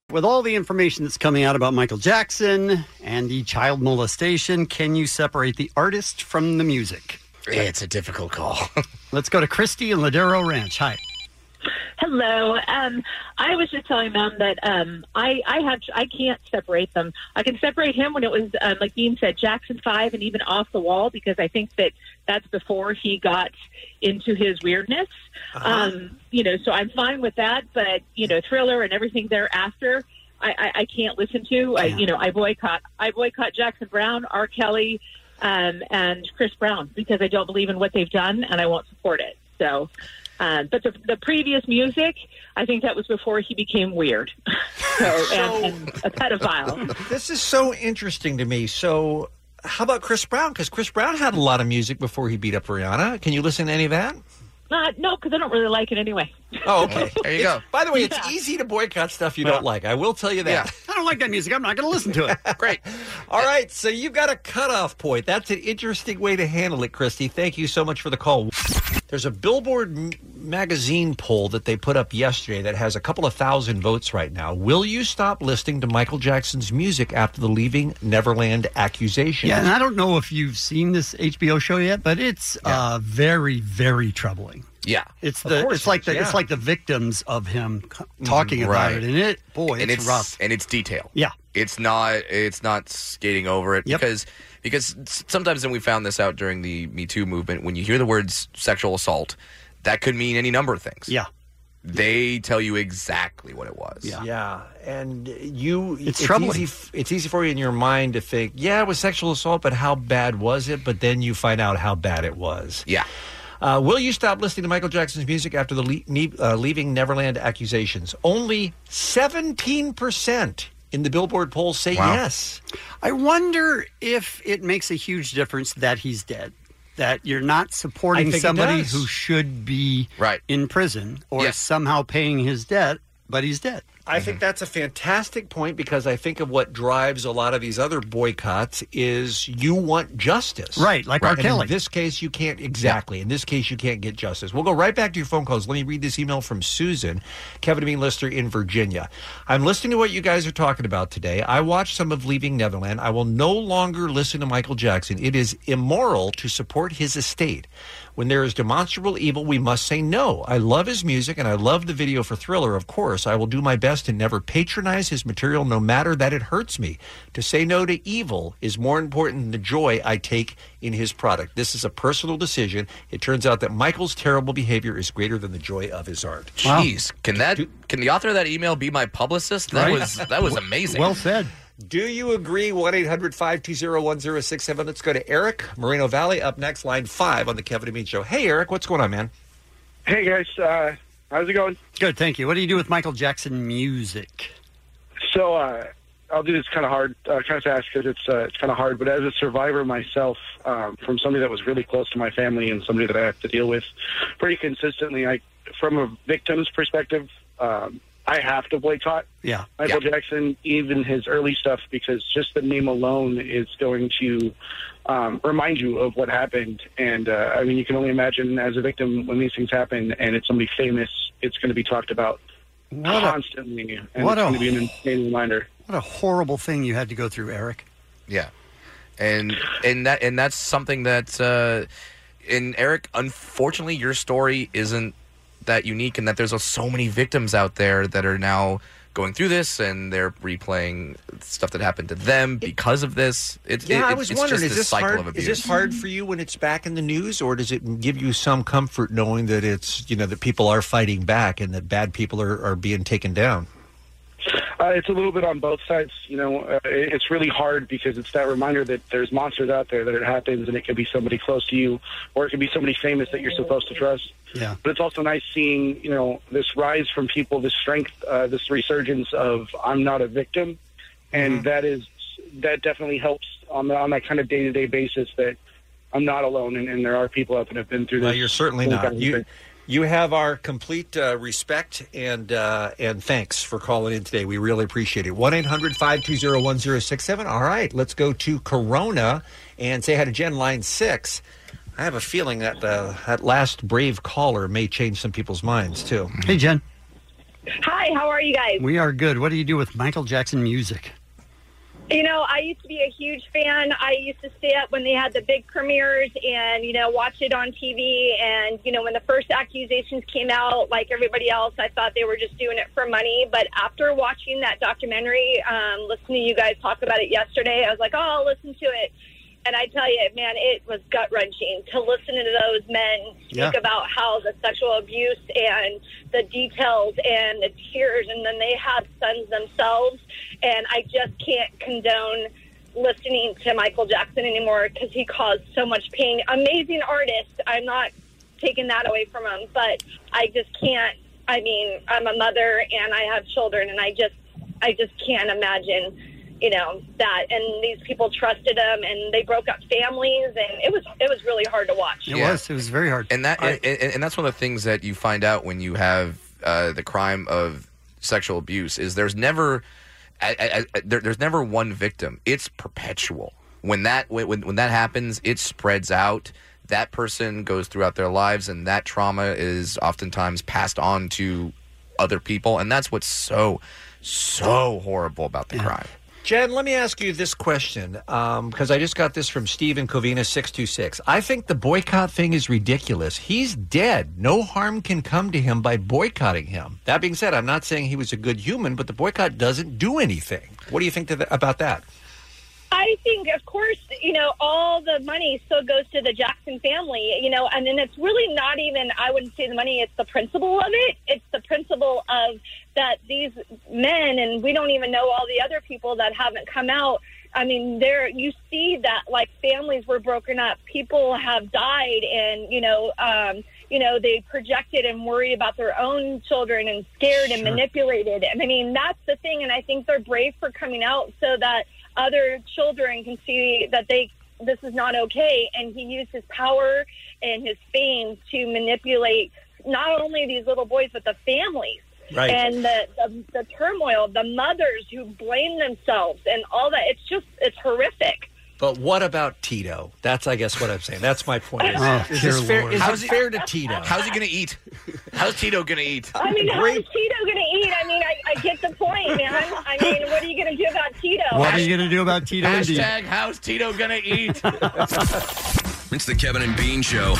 S7: With all the information that's coming out about Michael Jackson and the child molestation, can you separate the artist from the music?
S9: It's a difficult call.
S7: Let's go to Christy and Ladero Ranch. Hi.
S14: Hello. Um, I was just telling them that um, I I have I can't separate them. I can separate him when it was um, like Dean said, Jackson Five, and even Off the Wall, because I think that that's before he got into his weirdness. Um, you know, so I'm fine with that. But you know, Thriller and everything thereafter, I, I, I can't listen to. I you know I boycott I boycott Jackson Brown, R. Kelly. um, and Chris Brown because I don't believe in what they've done and I won't support it. So, um, but the, the previous music, I think that was before he became weird. so, and, and a pedophile.
S8: This is so interesting to me. So, how about Chris Brown? Because Chris Brown had a lot of music before he beat up Rihanna. Can you listen to any of that?
S14: Not, no, because I don't really like it anyway.
S8: Oh, okay.
S9: There you go.
S8: By the way, Oh, it's easy to boycott stuff you don't like. I will tell you that.
S7: I don't like that music. I'm not going to listen to it.
S8: Great. All right. So you've got a cutoff point. That's an interesting way to handle it, Christy. Thank you so much for the call. There's a Billboard m- magazine poll that they put up yesterday that has a couple of thousand votes right now. Will you stop listening to Michael Jackson's music after the Leaving Neverland accusation?
S7: Yeah, and I don't know if you've seen this HBO show yet, but it's uh, very, very troubling.
S9: Yeah,
S7: It's
S9: Of
S7: the
S9: course
S7: it's like the
S9: it is,
S7: it's
S9: yeah.
S7: like the victims of him c-
S8: Mm,
S7: talking about
S9: Right.
S7: it, and it boy,
S9: and
S7: it's,
S9: it's
S7: rough.
S9: and it's detail.
S7: Yeah.
S9: it's not it's not skating over it because because s- sometimes and we found this out during the Me Too movement when you hear the words sexual assault, that could mean any number of things.
S7: Yeah,
S9: they tell you exactly what it was.
S8: Yeah. And you,
S9: It's
S8: it's,
S9: troubling.
S8: easy. f- It's easy for you in your mind to think, yeah, it was sexual assault, but how bad was it? But then you find out how bad it was.
S9: Yeah.
S8: Uh, will you stop listening to Michael Jackson's music after the le- ne- uh, Leaving Neverland accusations? Only 17% in the Billboard poll say yes.
S7: I wonder if it makes a huge difference that he's dead. That you're not
S8: I
S7: supporting
S8: think it
S7: somebody
S8: does.
S7: who should be
S9: right.
S7: in prison or somehow paying his debt, but he's dead.
S8: I think that's a fantastic point because I think of what drives a lot of these other boycotts is you want justice.
S7: Right, like R.
S8: And
S7: Kelly.
S8: In this case, you can't, exactly. In this case, you can't get justice. We'll go right back to your phone calls. Let me read this email from Susan, Kevin Bean Lister in Virginia. I'm listening to what you guys are talking about today. I watched some of Leaving Neverland. I will no longer listen to Michael Jackson. It is immoral to support his estate. When there is demonstrable evil, we must say no. I love his music and I love the video for Thriller, of course. I will do my best to never patronize his material, no matter that it hurts me. To say no to evil is more important than the joy I take in his product. This is a personal decision. It turns out that Michael's terrible behavior is greater than the joy of his art.
S9: Jeez, can that can the author of that email be my publicist? That
S8: Right.
S9: was that was amazing.
S7: said.
S8: Do you agree? 1 800 520 1067. Let's go to Eric, Moreno Valley, up next, line five on the Kevin and Bean Show. Hey, Eric, what's going on, man?
S15: Hey guys, uh, how's it going?
S7: Good, thank you. What do you do with Michael Jackson music?
S15: So uh, I'll do this kind of hard, uh, kind of fast because it's uh, it's kind of hard. But as a survivor myself, um, from somebody that was really close to my family and somebody that I have to deal with pretty consistently, I from a victim's perspective, um, I have to boycott
S7: Yeah.
S15: Michael Jackson, even his early stuff, because just the name alone is going to um, remind you of what happened. And uh, I mean, you can only imagine as a victim when these things happen, and it's somebody famous, it's going to be talked about constantly, and
S7: what
S15: it's
S7: a-
S15: going to be an insane reminder.
S7: What a horrible thing you had to go through, Eric.
S9: Yeah, and and that and that's something that uh, and Eric, unfortunately, your story isn't that unique, and that there's uh, so many victims out there that are now going through this, and they're replaying stuff that happened to them because of this. It's
S8: Yeah,
S9: it-
S8: I
S9: it's-
S8: was
S9: it's
S8: wondering,
S9: just
S8: is
S9: this
S8: this,
S9: cycle
S8: hard,
S9: of abuse.
S8: is this hard for you when it's back in the news, or does it give you some comfort knowing that it's, you know, that people are fighting back and that bad people are, are being taken down?
S15: Uh, it's a little bit on both sides. You know, uh, it- it's really hard because it's that reminder that there's monsters out there, that it happens, and it could be somebody close to you, or it could be somebody famous that you're supposed to trust.
S7: Yeah.
S15: But it's also nice seeing, you know, this rise from people, this strength, uh, this resurgence of I'm not a victim, and
S8: Mm-hmm.
S15: that is that definitely helps on the, on that kind of day to day basis that I'm not alone, and, and there are people out there that have been through this.
S8: Well, you're certainly
S15: These
S8: not.
S15: kinds of
S8: You
S15: things.
S8: you have our complete uh, respect and uh, and thanks for calling in today. We really appreciate it. 1 800 520 1067. All right, let's go to Corona and say hi to Jen, line six. I have a feeling that uh, that last brave caller may change some people's minds, too.
S7: Hey, Jen.
S16: Hi, how are you guys?
S7: We are good. What do you do with Michael Jackson music?
S16: You know, I used to be a huge fan. I used to stay up when they had the big premieres and, you know, watch it on TV. And, you know, when the first accusations came out, like everybody else, I thought they were just doing it for money. But after watching that documentary, um, listening to you guys talk about it yesterday, I was like, oh, I'll listen to it. And I tell you, man, it was gut wrenching to listen to those men speak
S17: Yeah.
S16: about how the sexual abuse and the details and the tears, and then they have sons themselves. And I just can't condone listening to Michael Jackson anymore because he caused so much pain. Amazing artist. I'm not taking that away from him, but I just can't. I mean, I'm a mother and I have children, and I just, I just can't imagine, you know, that. And these people trusted him, and they broke up families, and it was, it was really hard to watch.
S9: was.
S7: It was very hard.
S9: And that and, and, and that's one of the things that you find out when you have uh, the crime of sexual abuse is there's never I, I, I, there, there's never one victim. It's perpetual. When that when, when when that happens, it spreads out. That person goes throughout their lives, and that trauma is oftentimes passed on to other people, and that's what's so so horrible about the crime.
S8: Jen, let me ask you this question because I just got this from Steven Covina six two six. I think the boycott thing is ridiculous. He's dead. No harm can come to him by boycotting him. That being said, I'm not saying he was a good human, but the boycott doesn't do anything. What do you think to th- about that?
S16: I think, of course, you know, all the money still goes to the Jackson family, you know, and then it's really not even, I wouldn't say the money, it's the principle of it. It's the principle of that these men, and we don't even know all the other people that haven't come out. I mean, there, you see that like families were broken up, people have died, and, you know, um, you know, they projected and worried about their own children and scared and
S17: Sure.
S16: manipulated. And I mean, that's the thing. And I think they're brave for coming out so that other children can see that they this is not okay. And he used his power and his fame to manipulate not only these little boys but the families.
S17: Right.
S16: And the, the the turmoil, the mothers who blame themselves, and all that. It's just it's horrific.
S8: But what about Tito? That's I guess what I'm saying. That's my point. Is,
S9: Oh,
S8: is
S9: dear
S8: this fair,
S9: Lord.
S8: is
S9: How's
S8: it
S9: he-
S8: fair to Tito?
S9: How's he going to eat? How's Tito going to eat?
S16: I mean, how is Tito going to eat? I mean, I, I get the point, man. I mean, what are you going to do about Tito?
S7: What are you going to do about Tito? Indy?
S9: Hashtag How's Tito gonna eat?
S6: It's the Kevin and Bean Show.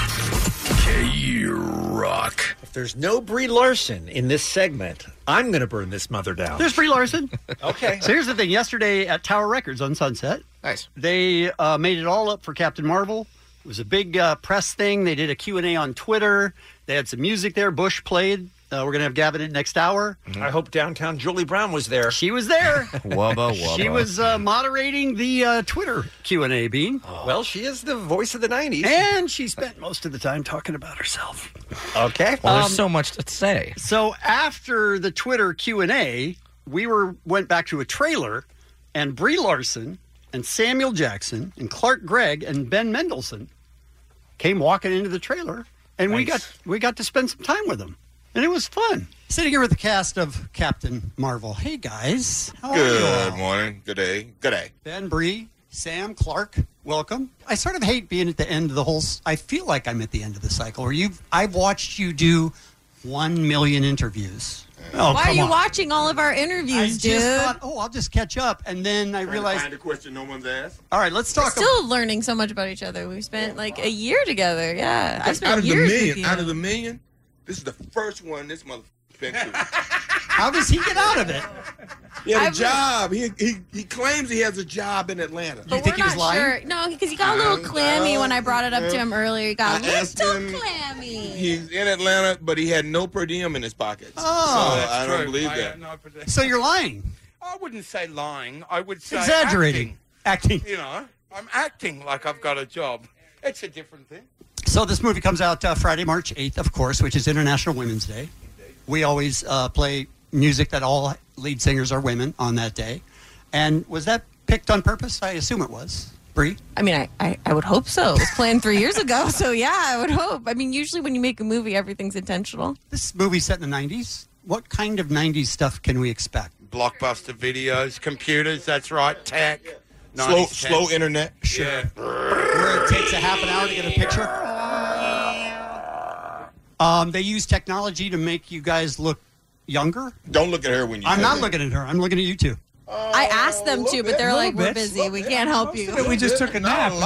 S6: K Rock.
S8: If there's no Brie Larson in this segment, I'm going to burn this mother down.
S7: There's Brie Larson.
S8: okay.
S7: So here's the thing. Yesterday at Tower Records on Sunset,
S9: nice.
S7: They uh, made it all up for Captain Marvel. It was a big uh, press thing. They did a Q and A on Twitter. They had some music there. Bush played. Uh, we're gonna have Gavin in next hour.
S8: Mm-hmm. I hope downtown Julie Brown was there.
S7: She was there.
S9: Wubba
S7: She was uh, moderating the uh, Twitter Q and A. Bean.
S8: Oh. Well, she is the voice of the '90s,
S7: and she spent most of the time talking about herself.
S8: Okay.
S9: Well, there's
S7: Um,
S9: so much to say.
S7: So after the Twitter Q and A, we were went back to a trailer, and Brie Larson and Samuel Jackson and Clark Gregg and Ben Mendelsohn came walking into the trailer, and we got we got to spend some time with them, and it was fun. Sitting here with the cast of Captain Marvel. Hey guys, how are you?
S3: Good morning. Good day. Good day.
S7: Ben, Bree, Sam, Clark, welcome. I sort of hate being at the end of the whole. s- I feel like I'm at the end of the cycle. Or you, I've watched you do one million interviews. Oh,
S18: Why are
S7: come
S18: you
S7: on.
S18: watching all of our
S7: I
S18: interviews,
S7: just
S18: dude?
S7: thought, oh, I'll just catch up, and then I realized.
S3: find a question no one's asked.
S7: All right, let's
S18: We're
S7: talk.
S18: still learning so much about each other. We spent like a year together. Yeah,
S3: That's
S18: I
S3: out
S18: spent
S3: of the
S18: years with
S3: million.
S18: you.
S3: Out of the million, this is the first one this motherfucker been through.
S7: How does he get out of it?
S3: He had a
S18: I've-
S3: job. He, he he claims he has a job in Atlanta.
S18: But we're not Sure. No, because he got a little clammy when I brought it up to him earlier. He got a
S3: I asked
S18: little
S3: him-
S18: clammy.
S3: He's in Atlanta, but he had no per diem in his pockets.
S7: Oh.
S3: so
S7: That's
S3: I don't
S7: true.
S3: believe
S7: I
S3: that.
S7: So you're lying.
S5: I wouldn't say lying. I would say
S7: Exaggerating. Acting.
S5: acting. You know, I'm acting like I've got a job. It's a different thing.
S7: So this movie comes out uh, Friday, March 8th, of course, which is International Women's Day. We always uh, play music that all lead singers are women on that day. And was that picked on purpose? I assume it was. Bree?
S18: I mean, I, I, I would hope so. It was planned three years ago, so yeah, I would hope. I mean, usually when you make a movie, everything's intentional.
S7: This movie set in the 90s. What kind of 90s stuff can we expect?
S5: Blockbuster videos, computers. That's right. Tech.
S7: Slow-
S5: 90s
S7: slow
S5: tech.
S7: internet. Sure.
S5: Yeah.
S7: Where it takes a half an hour to get a picture? Um, they use technology to make you guys look younger.
S3: Don't look at her when you.
S7: I'm
S3: say
S7: not
S3: that.
S7: looking at her. I'm looking at you two.
S18: I asked them
S3: Oh,
S18: to, but they're like, we're busy. We can't help you.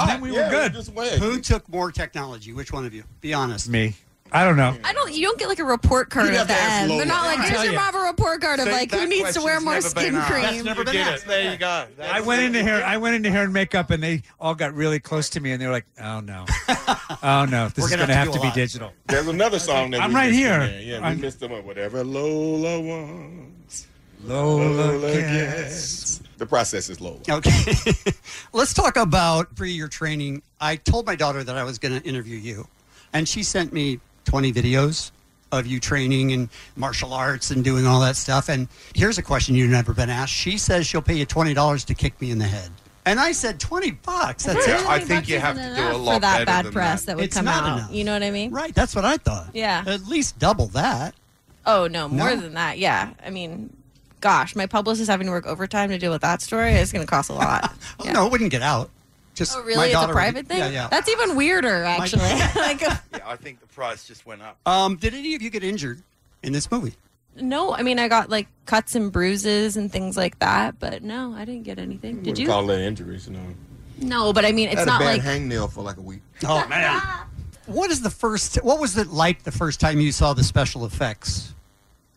S7: Who took more technology? Which one of you? Be honest.
S19: Me. I don't know.
S18: I don't. You don't get like a report card
S7: You'd have
S18: at the
S7: to ask
S18: end.
S7: Lola.
S18: They're not like,
S7: I'll
S18: here's
S7: tell
S18: your
S7: ya.
S18: Marvel report card of
S7: Say
S18: like, who
S7: that
S18: needs to wear more skin cream?
S7: never
S5: You
S7: been
S5: did
S7: asked.
S5: it. There you go.
S19: I went into here. I went into hair and makeup, and they all got really close to me, and they were like, "Oh no, oh no, this
S3: We're gonna
S19: is going
S3: have
S19: to
S3: to
S19: have
S3: do
S19: to
S3: a
S19: be
S3: lot."
S19: digital."
S3: There's another song that
S19: I'm
S3: we
S19: right
S3: missed in
S19: here.
S3: there. Yeah, we
S19: I'm-
S3: missed them up. Whatever Lola wants.
S19: Lola
S3: gets. The process is low.
S7: Okay. Let's talk about pre your training. I told my daughter that I was going to interview you, and she sent me 20 videos of you training and martial arts and doing all that stuff. And here's a question you've never been asked. She says she'll pay you $20 to kick me in the head. And I said 20 bucks. That's
S3: Yeah,
S7: it.
S3: I think you have to do a lot
S18: for that
S3: better
S18: bad
S3: than
S18: press that, would
S7: It's
S18: come
S7: not
S18: out.
S7: enough.
S18: You know what I mean?
S7: Right. That's what I thought.
S18: Yeah.
S7: At least double that.
S18: Oh no, more
S7: No?
S18: than that. Yeah. I mean, gosh, my publicist having to work overtime to deal with that story is going to cost a lot.
S7: Oh, No, it wouldn't get out. Just
S18: oh
S7: my
S18: really? It's a
S7: daughter would-
S18: private thing.
S7: Yeah, yeah.
S18: That's even weirder, actually. like,
S3: Yeah, I think the price just went up.
S7: Um, did any of you get injured in this movie?
S18: no, I mean, I got like cuts and bruises and things like that, but no, I didn't get anything. Did you?
S3: call that injuries? You know,
S18: No, but I mean, it's
S3: Had
S18: not
S3: a bad
S18: like
S3: hangnail for like a week.
S7: Oh man. What is the first what was it like the first time you saw the special effects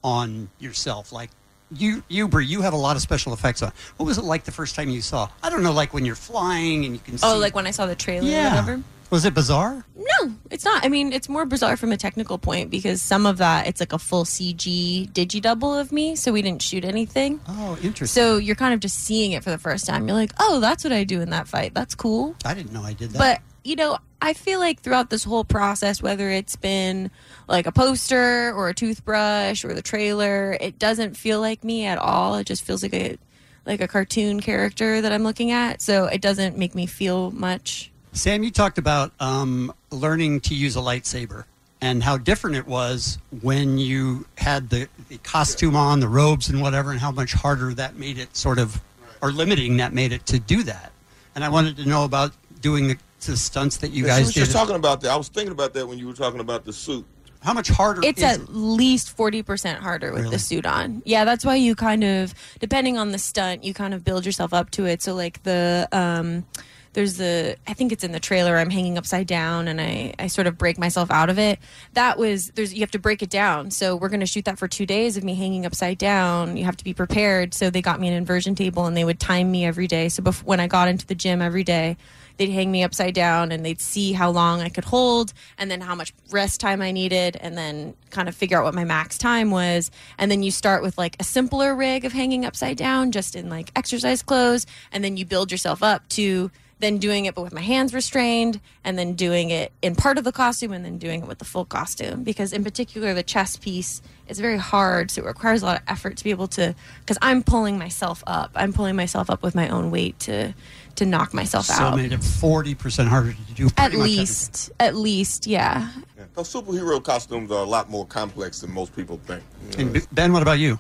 S7: on yourself? Like you Uber, you have a lot of special effects on. What was it like the first time you saw? I don't know, like when you're flying and you can
S18: oh,
S7: see
S18: like when I saw the trailer
S7: Yeah.
S18: or whatever.
S7: Was it bizarre?
S18: No, it's not. I mean, it's more bizarre from a technical point because some of that it's like a full CG digi double of me, so we didn't shoot anything.
S7: Oh, interesting.
S18: So you're kind of just seeing it for the first time. You're like, oh, that's what I do in that fight. That's cool.
S7: I didn't know I did that.
S18: But you know, I feel like throughout this whole process, whether it's been like a poster or a toothbrush or the trailer, it doesn't feel like me at all. It just feels like a like a cartoon character that I'm looking at. So it doesn't make me feel much.
S7: Sam, you talked about um, learning to use a lightsaber and how different it was when you had the, the costume on, the robes and whatever, and how much harder that made it sort of, or limiting that made it to do that. And I wanted to know about doing the, the stunts that you
S3: she
S7: guys
S3: was
S7: did.
S3: just talking about that. I was thinking about that when you were talking about the suit.
S7: how much harder
S18: It's
S7: is
S18: at
S7: it?
S18: least 40% harder with the suit on. Yeah, that's why you kind of, depending on the stunt, you kind of build yourself up to it. So, like, the, um, there's the, I think it's in the trailer, I'm hanging upside down and I, I sort of break myself out of it. That was, there's, you have to break it down. So, we're going to shoot that for two days of me hanging upside down. You have to be prepared. So, they got me an inversion table and they would time me every day. So, bef- when I got into the gym every day, they'd hang me upside down and they'd see how long I could hold and then how much rest time I needed and then kind of figure out what my max time was. And then you start with like a simpler rig of hanging upside down just in like exercise clothes. And then you build yourself up to then doing it but with my hands restrained and then doing it in part of the costume and then doing it with the full costume because in particular the chest piece is very hard so it requires a lot of effort to be able to because i'm pulling myself up i'm pulling myself up with my own weight to to knock myself
S7: so
S18: out
S7: made it 40% harder to do.
S18: at
S7: pretty much
S18: least, at least, yeah.
S3: Yeah. Those superhero costumes are a lot more complex than most people think.
S7: everything. And B- Ben, what about you?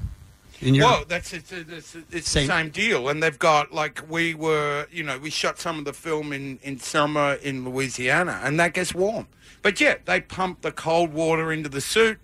S7: In your,
S17: Well, that's it's, it's, it's
S7: Same.
S17: the same deal, and they've got like we were, you know, we shot some of the film in in summer in Louisiana, and that gets warm. But yeah, they pump the cold water into the suit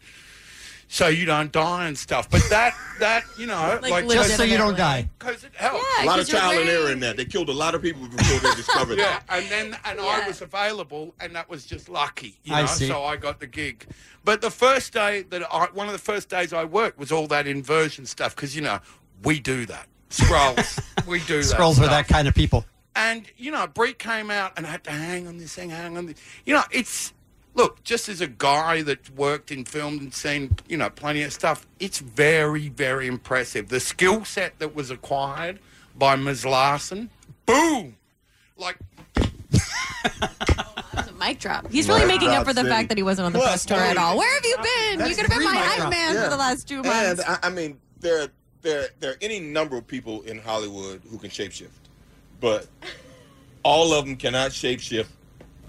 S17: so you don't die and stuff. But that that you know,
S3: Like,
S17: like
S3: just so you don't
S7: die.
S17: because it helps.
S3: a lot of trial and error in that. They killed a lot of people before they discovered
S17: Yeah,
S3: that.
S17: and then and I was available, and that was just lucky, you know.
S3: I see.
S17: So I got the gig. But the first day that I, one of the first days I worked was all that inversion stuff because you know we do that. Scrolls, we do that.
S7: Scrolls are
S17: stuff.
S7: that kind of people.
S17: And you know, Bree came out and I had to hang on this thing, hang on this. You know, it's look, just as a guy that worked in film and seen, you know, plenty of stuff, it's very, very impressive. The skill set that was acquired by Ms. Larson, boom. Like
S18: That was a mic drop. He's really
S17: Mic
S18: making up
S17: drop
S18: for the
S17: city.
S18: fact that he wasn't on the
S17: Plus,
S18: press tour at
S17: Tony,
S18: all. Where have you been? You could have been my hype man for the last two months.
S3: And I, I mean, there, there, there are any number of people in Hollywood who can shapeshift, but all of them cannot shapeshift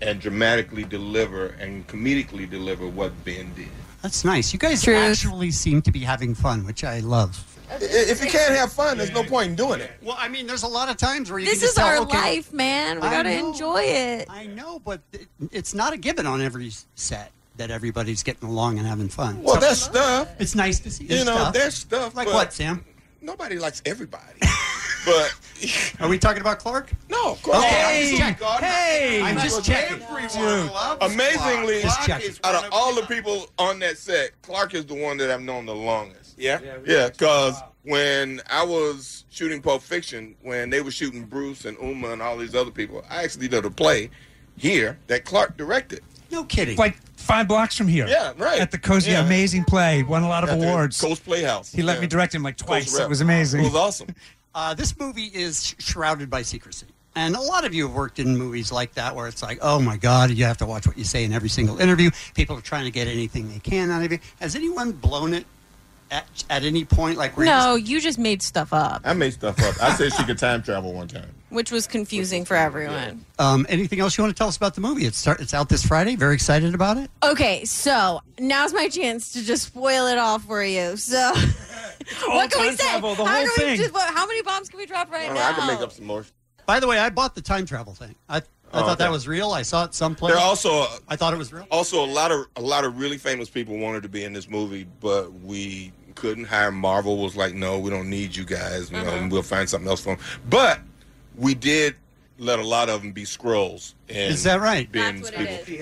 S3: and dramatically deliver and comedically deliver what Ben did.
S7: That's nice. You guys actually seem to be having fun, which I love.
S3: I- If you can't have fun, there's no point in doing it.
S7: Well, I mean, there's a lot of times where you
S18: this
S7: can just
S18: is our
S7: tell, okay,
S18: life, man. We
S7: I
S18: gotta
S7: know.
S18: enjoy it.
S7: I know, but it- it's not a given on every set that everybody's getting along and having fun.
S3: Well, that's stuff.
S7: It's nice to see.
S3: You know,
S7: stuff.
S3: there's stuff.
S7: Like
S3: but
S7: what, Sam?
S3: Nobody likes everybody. but
S7: are we talking about Clark?
S3: No, of course.
S7: Okay,
S3: not.
S7: I'm just checking. Hey, I'm just checking. Dude.
S3: Amazingly,
S7: Just
S3: Clark
S7: checking.
S3: is out of all the people on that set, Clark is the one that I've known the longest. Yeah,
S17: Yeah, we
S3: yeah. Because when I was shooting Pulp Fiction, when they were shooting Bruce and Uma and all these other people, I actually did a play here that Clark directed.
S7: No kidding.
S19: Like five blocks from here.
S3: Yeah, right.
S19: At the Cozy,
S3: Yeah.
S19: amazing play. Won a lot of
S3: At the
S19: awards.
S3: Coast Playhouse.
S19: He let
S3: Yeah.
S19: me direct him like
S3: Coast
S19: twice.
S3: Rep.
S19: It was amazing.
S3: It was awesome.
S7: Uh, this movie is sh- shrouded by secrecy. And a lot of you have worked in movies like that where it's like, oh my God, you have to watch what you say in every single interview. People are trying to get anything they can out of you. Has anyone blown it at, at any point? Like, where
S18: No, you just made stuff up,
S3: I made stuff up. I said she could time travel one time.
S18: which was confusing for everyone.
S7: you- um, anything else you want to tell us about the movie? It's, start, it's out this Friday. Very excited about it.
S18: Okay, so now's my chance to just spoil it all for you. So,
S7: all
S18: what can we
S7: time
S18: say?
S7: travel, the
S18: how,
S7: whole
S18: do
S7: thing.
S18: We just, what, how many bombs can we drop right now?
S3: up some more.
S7: By the way, I bought the time travel thing. I, I thought that
S3: okay.
S7: was real. I saw it someplace.
S3: There are also uh,
S7: I thought it was real.
S3: Also, a lot of a lot of really famous people wanted to be in this movie, but we couldn't hire. Marvel was like, "No, we don't need you guys. You know, and we'll find something else for them." But we did let a lot of them be scrolls. And
S19: Is that right?
S3: Being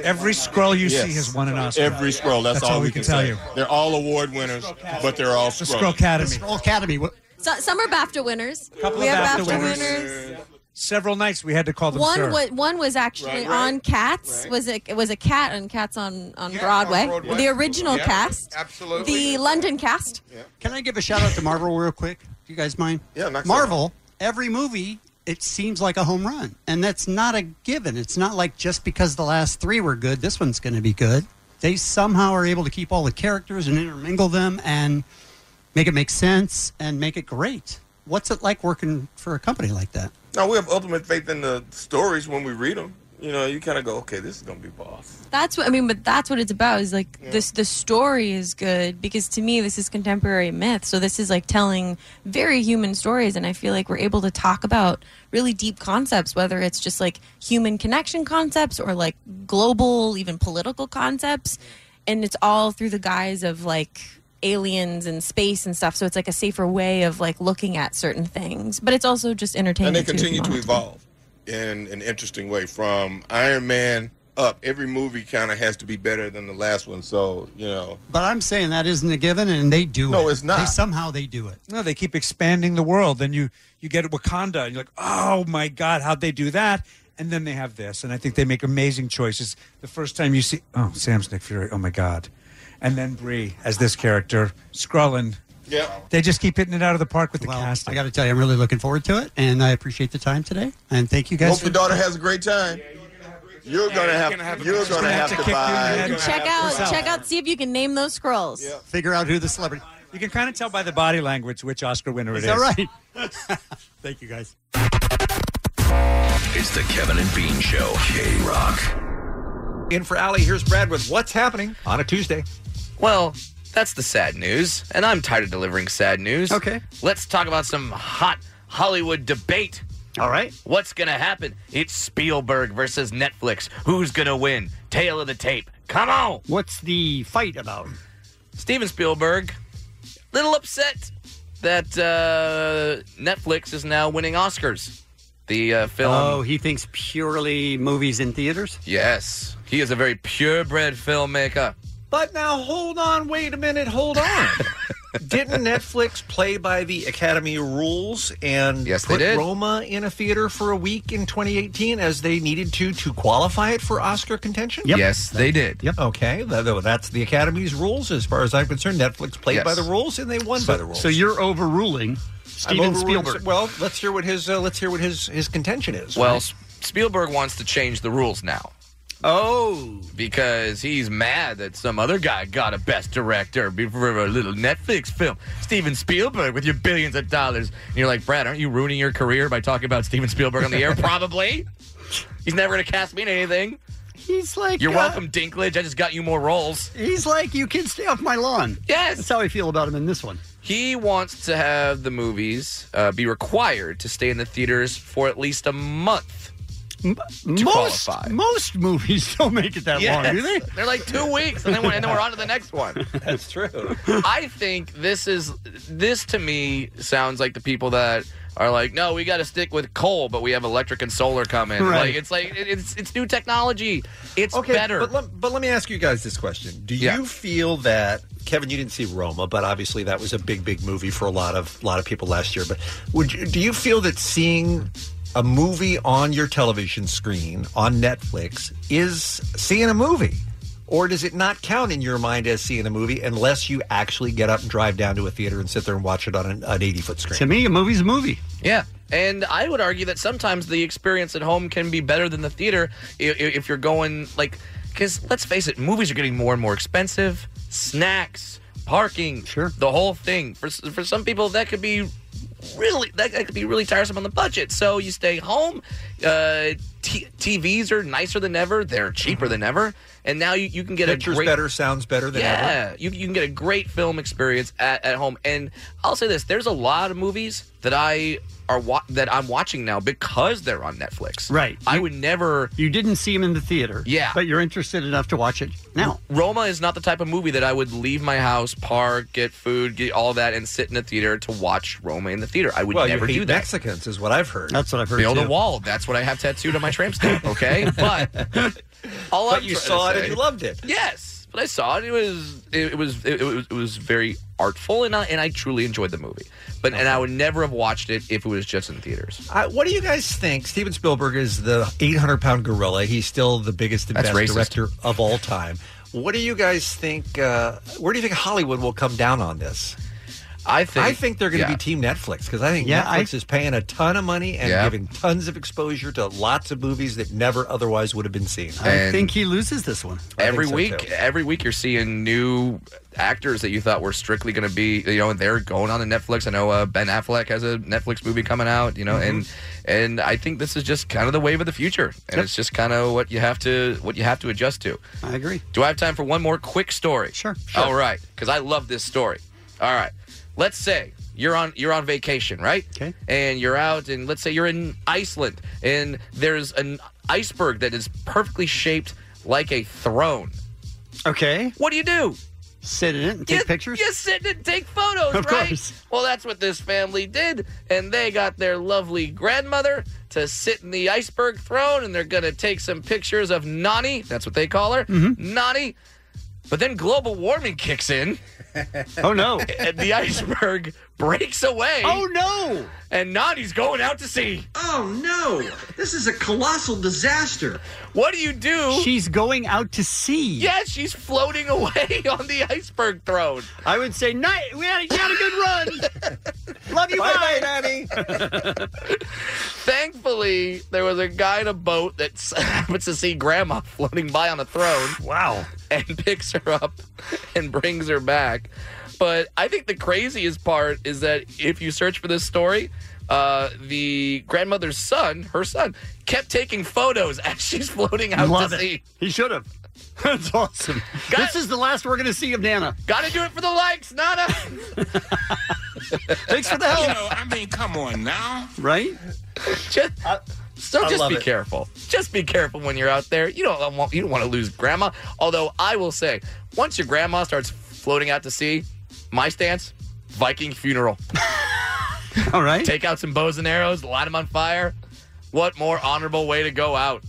S19: Every scroll you see has won an Oscar.
S3: Every scroll. That's, all, we can,
S19: tell
S3: say.
S19: you.
S3: They're all award winners, but they're all
S19: The
S3: scrolls.
S19: Scroll Academy.
S7: Scroll Academy.
S18: So, some are BAFTA winners.
S19: couple
S18: we
S19: of
S18: have
S19: after winners. Several nights we had to call them
S18: One
S19: sir.
S18: was one was actually
S19: Right, right,
S18: on Cats. Was it? It was a cat on Cats on on, Broadway.
S7: Broadway.
S18: The original
S7: Yeah,
S18: cast.
S7: absolutely.
S18: The London cast.
S7: Can I give a shout out to Marvel real quick? Do you guys mind? Yeah, Marvel. Every movie, it seems like a home run, and that's not a given. It's not like just because the last three were good, this one's going to be good. They somehow are able to keep all the characters and intermingle them and make it make sense and make it great. What's it like working for a company like that?
S3: No, we have ultimate faith in the stories when we read them. You know, you kind of go, "Okay, this is gonna be boss."
S18: That's what I mean, but that's what it's about. Is like this. The story is good because to me, this is contemporary myth. So this is like telling very human stories, and I feel like we're able to talk about really deep concepts, whether it's just like human connection concepts or like global, even political concepts, and it's all through the guise of like aliens and space and stuff. So it's like a safer way of like looking at certain things, but it's also just
S3: and
S18: entertaining.
S3: they
S18: too, if
S3: continue
S18: you
S3: to
S18: want.
S3: evolve in an interesting way from iron man up every movie kind of has to be better than the last one so you know
S7: But I'm saying that isn't a given, and they do it.
S3: No, it's not.
S7: They, somehow they do it.
S19: No, they keep expanding the world. Then you you get Wakanda, and you're like, oh my god, how'd they do that? And then they have this, and I think they make amazing choices. The first time you see, oh, Sam's Nick Fury, oh my god, and then Brie as this character, Skrullin.
S3: Yeah,
S19: they just keep hitting it out of the park with the casting.
S7: I got to tell you, I'm really looking forward to it, and I appreciate the time today. And thank you guys.
S3: hope
S7: for-
S3: your daughter has a great time you're gonna have you're gonna have to buy
S18: And check out, check out, see if you can name those scrolls.
S7: figure out who the celebrity.
S19: You can kind of tell by the body language which Oscar winner it is. it is.
S7: Thank you guys.
S6: It's the Kevin and Bean Show. K Rock.
S8: In for Allie, here's Brad with What's Happening on a Tuesday.
S9: Well, that's the sad news, and I'm tired of delivering sad news. Okay. Let's talk about some hot Hollywood debate.
S7: All right.
S9: What's going to happen? It's Spielberg versus Netflix. Who's going to win? Tail of the tape. Come on.
S7: What's the fight about?
S9: Steven Spielberg, little upset that uh, Netflix is now winning Oscars. The uh, film.
S7: Oh, he thinks purely movies in theaters.
S9: Yes. He is a very purebred filmmaker.
S8: But now hold on, wait a minute, hold on. Didn't Netflix play by the Academy rules and
S9: Yes, they
S8: put
S9: did.
S8: Roma in a theater for a week in 2018 as they needed to to qualify it for Oscar contention?
S9: Yes, they did.
S8: Yep. Okay. Th- th- That's the Academy's rules as far as I'm concerned. Netflix played
S7: Yes.
S8: by the rules and they won by the rules.
S7: So you're overruling
S8: I'm
S7: Steven
S8: overruling-
S7: Spielberg.
S8: Well, let's hear what his uh, let's hear what his his contention is.
S9: Well, S- Spielberg wants to change the rules now.
S8: Oh.
S9: Because he's mad that some other guy got a best director before a little Netflix film. Steven Spielberg with your billions of dollars. And you're like, Brad, aren't you ruining your career by talking about Steven Spielberg on the air? Probably. He's never going to cast me in anything.
S7: He's like
S9: You're
S7: uh,
S9: welcome, Dinklage. I just got you more roles.
S7: He's like you kids stay off my lawn.
S9: Yes,
S7: that's how I feel about him in this one.
S9: He wants to have the movies uh, be required to stay in the theaters for at least a month.
S7: most
S9: qualify.
S7: most movies don't make it that long, do they?
S9: Yes. They're like two weeks, and then, we're, and then we're on to the next one.
S8: That's true.
S9: I think this is this to me sounds like the people that are like, no, we got to stick with coal, but we have electric and solar coming.
S8: Right.
S9: Like it's like it- it's it's new technology. It's
S8: okay,
S9: better.
S8: But let, but let me ask you guys this question: Do
S9: Yeah.
S8: you feel that Kevin, you didn't see Roma, but obviously that was a big, big movie for a lot of lot of people last year. But would you, do you feel that seeing a movie on your television screen on Netflix is seeing a movie? Or does it not count in your mind as seeing a movie unless you actually get up and drive down to a theater and sit there and watch it on an, an 80 foot screen?
S7: To me, a movie's a movie.
S9: Yeah. And I would argue that sometimes the experience at home can be better than the theater i- i- if you're going, like, because let's face it, movies are getting more and more expensive. Snacks, parking, sure. the whole thing. For, s- for some people, that could be really that, that could be really tiresome on the budget. So you stay home. Uh, t- TVs are nicer than ever. They're cheaper than ever. And now you, you can get
S8: Pictures
S9: a great,
S8: better, sounds better than
S9: yeah,
S8: ever.
S9: you, you can get a great film experience at, at home. And I'll say this: there's a lot of movies that I are wa- that I'm watching now because they're on Netflix.
S7: Right.
S9: I would never.
S7: You didn't see him in the theater.
S9: Yeah.
S7: But you're interested enough to watch it now.
S9: Roma is not the type of movie that I would leave my house, park, get food, get all that, and sit in a theater to watch Roma in the theater. I would
S8: well,
S9: never
S8: you hate
S9: do that.
S8: Mexicans is what I've heard.
S7: That's what I've
S9: Build a wall. That's what I have tattooed on my tramp stamp. Okay, but all
S8: But
S9: I'm
S8: you
S9: trying to
S8: saw it and
S9: say-
S8: you loved it.
S9: Yes, but I saw it. It was it, it was it, it was it was very artful, and I and I truly enjoyed the movie. But and I would never have watched it if it was just in theaters.
S8: Uh, what do you guys think? Steven Spielberg is the 800 pound gorilla. He's still the biggest and
S9: That's
S8: best
S9: racist.
S8: director of all time. What do you guys think? Uh, where do you think Hollywood will come down on this?
S9: I
S7: think-
S8: I think they're going to
S7: yeah.
S8: be Team Netflix because I think
S7: Yeah,
S8: Netflix
S7: I-
S8: is paying a ton of money and
S7: Yeah.
S8: giving tons of exposure to lots of movies that never otherwise would have been seen.
S9: I think
S7: he loses this one
S9: every week, every week you're seeing new actors that you thought were strictly going to be, you know, and they're going on to Netflix. I know uh, Ben Affleck has a Netflix movie coming out, you know, and and I think this is just kind of the wave of the future, and
S7: Yep.
S9: it's just kind of what you have to what you have to adjust to.
S7: I agree.
S9: Do I have time for one more quick story? Sure.
S7: sure.
S9: All right, because I love this story. All right, let's say you're on you're on vacation, right? Okay. And you're out, and let's say you're in Iceland, and there's an iceberg that is perfectly shaped like a throne.
S7: Okay.
S9: What do you do?
S7: Sit in it and take
S9: You-
S7: pictures?
S9: You sit and take photos,
S7: Of
S9: right?
S7: course.
S9: Well, that's what this family did, and they got their lovely grandmother to sit in the iceberg throne, and they're gonna take some pictures of Nani. That's what they call her,
S7: Mm-hmm.
S9: Nani. But then global warming kicks in.
S7: Oh, no.
S9: And the iceberg breaks away.
S7: Oh, no!
S9: And Nani's going out to sea.
S7: Oh no! This is a colossal disaster.
S9: What do you do?
S7: She's going out to sea.
S9: Yes, she's floating away on the iceberg throne.
S7: I would say, night. We had, you had a good run. Love you,
S9: Bye-bye,
S7: bye,
S8: Nanny.
S9: Thankfully, there was a guy in a boat that s- happens to see Grandma floating by on a throne.
S7: Wow.
S9: And picks her up and brings her back. But I think the craziest part is that if you search for this story, uh, the grandmother's son, her son, kept taking photos as she's floating out
S7: Love
S9: to
S7: it.
S9: sea.
S7: He should have. That's awesome. this is the last we're going to see of Nana.
S9: Gotta do it for the likes, Nana.
S7: Thanks for the help.
S5: You know, I mean, come on now.
S7: Right?
S9: Just, so
S5: I
S9: just
S5: love
S9: be
S5: it.
S9: careful. Just be careful when you're out there. You don't want you don't want to lose grandma. Although I will say, once your grandma starts floating out to sea, my stance: Viking funeral.
S7: All right.
S9: Take out some bows and arrows, light them on fire. What more honorable way to go out?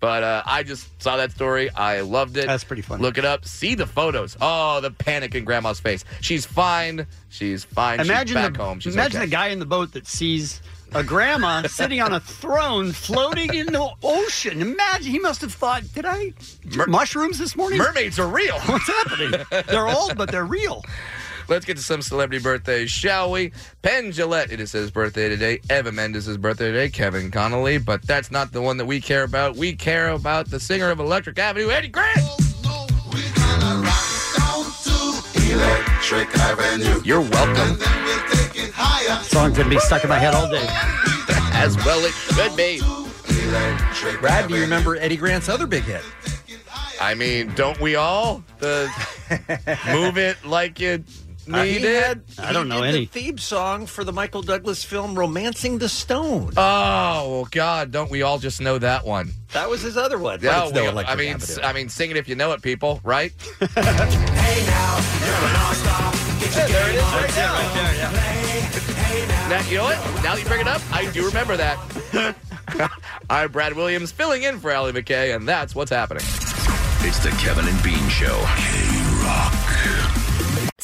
S9: But uh, I just saw that story. I loved it. That's
S7: pretty funny.
S9: Look it up. See the photos. Oh, the panic in grandma's face. She's fine. She's fine.
S7: imagine
S9: She's back
S7: the,
S9: home. She's
S7: imagine
S9: okay.
S7: the guy in the boat that sees a grandma sitting on a throne floating in the ocean. Imagine he must have thought, did I do mushrooms this morning?
S9: Mermaids are real.
S7: What's happening? They're old, but they're real.
S9: Let's get to some celebrity birthdays, shall we? Penn Gillette, it is his birthday today. Evan Mendes' is birthday today. Kevin Connolly, but that's not the one that we care about. We care about the singer of Electric Avenue, Eddie Grant.
S1: Electric Avenue.
S9: You're welcome.
S7: Song's going to be stuck in my head all day.
S9: As well it should be.
S8: Brad, do you remember Eddie Grant's other big hit?
S9: I mean, don't we all? The move it like you need
S8: Uh, he had-
S9: it.
S8: he did The theme song for the Michael Douglas film "Romancing the Stone."
S9: Oh well, God! Don't we all just know that one?
S8: That was his other one.
S9: Yeah,
S8: But it's no
S9: we-
S8: Electric
S9: I mean,
S8: Avenue.
S9: s- I mean, sing it if you know it, people. Right?
S8: there it is right now.
S9: Now, you know what? Now that you bring it up, I do remember that. I'm Brad Williams filling in for Ally McKay, and that's what's happening.
S6: It's the Kevin and Bean Show.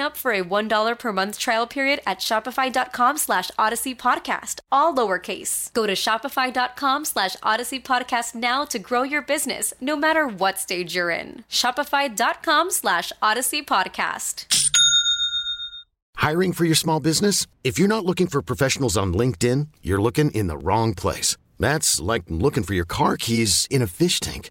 S20: up for a $1 per month trial period at shopify.com slash odyssey podcast, all lowercase. Go to shopify.com slash odyssey podcast now to grow your business, no matter what stage you're in. Shopify.com slash odyssey podcast.
S4: Hiring for your small business? If you're not looking for professionals on LinkedIn, you're looking in the wrong place. That's like looking for your car keys in a fish tank.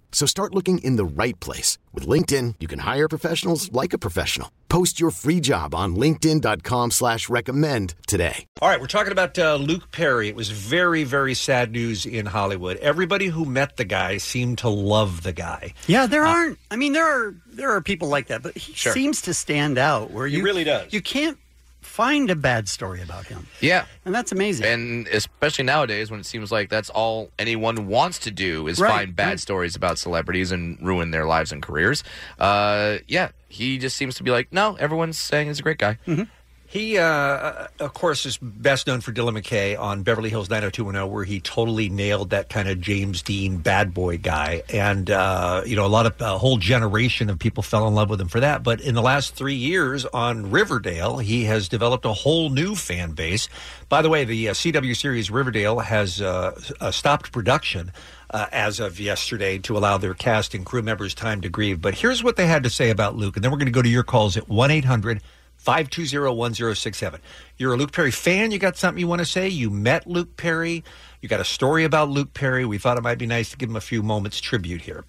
S4: So start looking in the right place. With LinkedIn, you can hire professionals like a professional. Post your free job on linkedin.com slash recommend today.
S8: All right, we're talking about uh, Luke Perry. It was very, very sad news in Hollywood. Everybody who met the guy seemed to love the guy.
S7: Yeah, there aren't. I mean, there are there are people like that, but he
S8: Sure.
S7: seems to stand out. Where
S8: He
S7: you
S8: really does.
S7: You can't find a bad story about him.
S9: Yeah.
S7: And that's amazing.
S9: And especially nowadays when it seems like that's all anyone wants to do is
S7: Right,
S9: find bad
S7: right.
S9: stories about celebrities and ruin their lives and careers. Uh, yeah, he just seems to be like, no, everyone's saying he's a great guy.
S8: Mm-hmm. He, uh, of course, is best known for Dylan McKay on Beverly Hills 90210, where he totally nailed that kind of James Dean bad boy guy. And, uh, you know, a lot of, a whole generation of people fell in love with him for that. But in the last three years on Riverdale, he has developed a whole new fan base. By the way, the uh, CW series Riverdale has uh, s- uh, stopped production uh, as of yesterday to allow their cast and crew members time to grieve. But here's what they had to say about Luke. And then we're going to go to your calls at 1 800 520 1067. You're a Luke Perry fan. You got something you want to say? You met Luke Perry. You got a story about Luke Perry. We thought it might be nice to give him a few moments tribute here.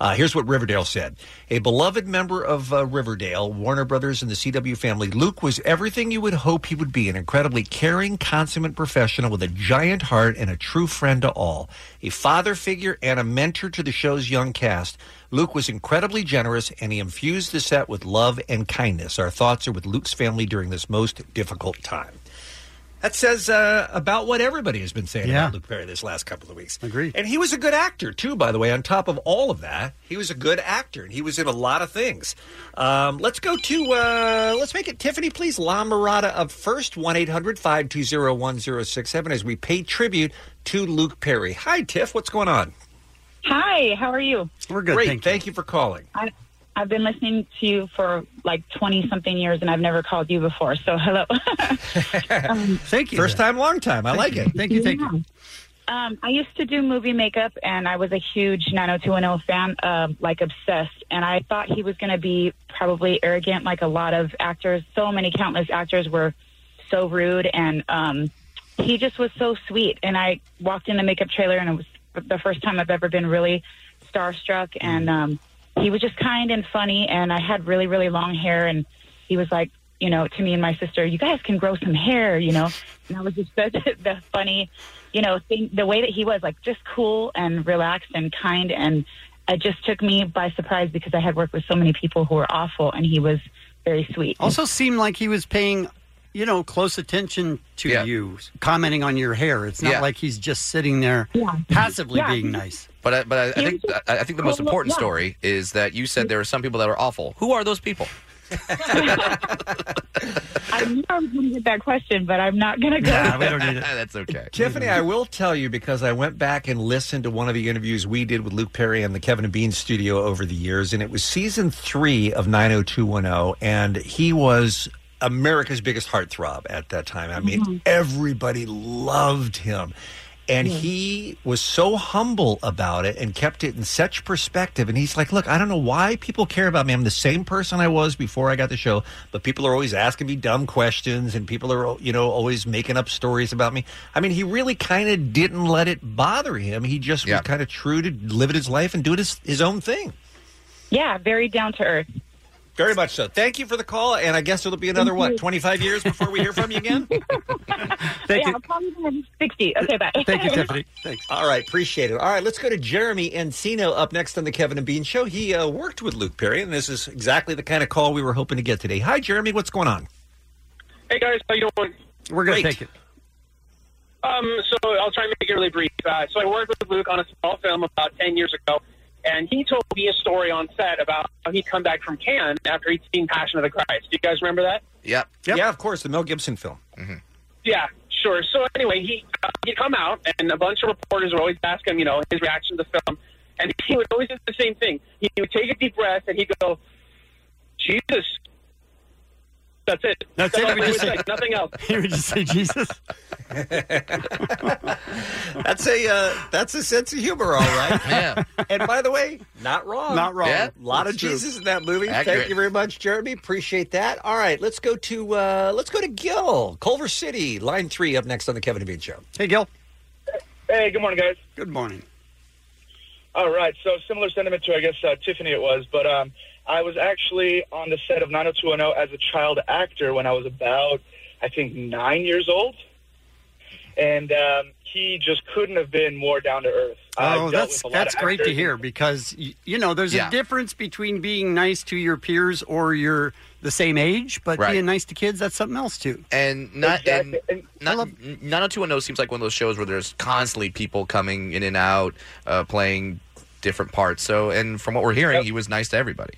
S8: Uh, here's what Riverdale said. A beloved member of uh, Riverdale, Warner Brothers, and the CW family, Luke was everything you would hope he would be an incredibly caring, consummate professional with a giant heart and a true friend to all. A father figure and a mentor to the show's young cast, Luke was incredibly generous and he infused the set with love and kindness. Our thoughts are with Luke's family during this most difficult time. That says uh, about what everybody has been saying
S7: Yeah.
S8: about Luke Perry this last couple of weeks. Agreed. And he was a good actor too, by the way. On top of all of that, he was a good actor, and he was in a lot of things. Um, let's go to uh, let's make it Tiffany, please. La Mirada up first, one 1067 as we pay tribute to Luke Perry. Hi, Tiff. What's going on?
S21: Hi, how are you?
S7: We're
S8: Great. thank you for calling.
S21: I, I've been listening to you for like 20 something years and I've never called you before. So, hello.
S8: Thank you. First time, long time. I like it.
S7: Thank you. Thank you.
S21: Um, I used to do movie makeup, and I was a huge 90210 fan, um, like obsessed. And I thought he was going to be probably arrogant, like a lot of actors. So many countless actors were so rude, and um, he just was so sweet. And I walked in the makeup trailer, and it was the first time I've ever been really starstruck. And um, he was just kind and funny, and I had really, really long hair, and he was like, you know, to me and my sister, you guys can grow some hair, you know. And that was just the, the funny, you know, thing, the way that he was, like just cool and relaxed and kind. And it just took me by surprise because I had worked with so many people who were awful, and he was very sweet.
S7: Also seemed like he was paying, you know, close attention to you, commenting on your hair. It's not
S9: Yeah.
S7: like he's just sitting there passively
S21: Yeah.
S7: being nice.
S9: But I, but I, I think I, I think the most
S21: cool,
S9: important
S21: yeah.
S9: story is that you said there are some people that are awful. Who are those people?
S21: I knew I was going to get that question, but I'm not going to go.
S9: Ah, That's okay.
S8: Tiffany, I will tell you because I went back and listened to one of the interviews we did with Luke Perry in the Kevin and Bean studio over the years, and it was season three of 90210, and he was America's biggest heartthrob at that time. I mean, everybody loved him. And
S22: Yeah.
S8: he was so humble about it and kept it in such perspective. And he's like, Look, I don't know why people care about me. I'm the same person I was before I got the show, but people are always asking me dumb questions and people are, you know, always making up stories about me. I mean, he really kind of didn't let it bother him. He just was kind of true to living his life and doing his, his own thing.
S21: Yeah, very down to earth.
S8: Very much so. Thank you for the call. And I guess it'll be another,
S21: Thank
S8: what,
S21: you.
S8: 25 years before we hear from you again?
S21: yeah, I'll probably be 60. Okay, bye.
S8: Thanks. All right, appreciate it. All right, let's go to Jeremy Encino up next on the Kevin and Bean Show. He uh, worked with Luke Perry, and this is exactly the kind of call we were hoping to get today. Hi, Jeremy. What's going on?
S23: Hey guys, how you doing?
S8: We're going to take it.
S23: Um, so I'll try and make it really brief. Uh, so I worked with Luke on a small film about ten years ago, and he told me a story on set about how he'd come back from Cannes after he'd seen Passion of the Christ. Do you guys remember that?
S8: Yep. Yeah, of course, the Mel Gibson film.
S23: Yeah, sure. So anyway, he uh, he'd come out, and a bunch of reporters would always ask him, you know, his reaction to the film, and he would always do the same thing. He would take a deep breath, and he'd go, "Jesus." That's it.
S5: That's it.
S23: all
S5: He would
S23: he
S5: just
S23: would
S5: say-
S23: say, nothing else.
S8: He would just say Jesus. that's a uh, that's a sense of humor, all right. yeah. And by the way, not wrong.
S7: Not wrong. Yeah,
S8: A lot of
S7: that's true.
S8: Jesus in that movie.
S7: Accurate.
S8: Thank you very much, Jeremy. Appreciate that. All right, let's go to uh, let's go to Gil, Culver City, line three, up next on the Kevin and Bean Show.
S7: Hey, Gil.
S10: Hey, good morning, guys.
S7: Good morning.
S10: All right. So similar sentiment to I guess uh, Tiffany it was, but um, I was actually on the set of 90210 as a child actor when I was about I think nine years old, and um, he just couldn't have been more down to earth. I
S7: Oh,
S10: dealt
S7: that's
S10: with a lot
S7: that's
S10: of
S7: great to
S10: actors.
S7: hear because y- you know there's
S10: Yeah.
S7: a difference between being nice to your peers or you're the same age, but
S9: Right.
S7: being nice to kids that's something else too.
S9: And not and not n- 90210 seems like one of those shows where there's constantly people coming in and out, uh, playing different parts. So, and from what we're hearing, he was nice to everybody.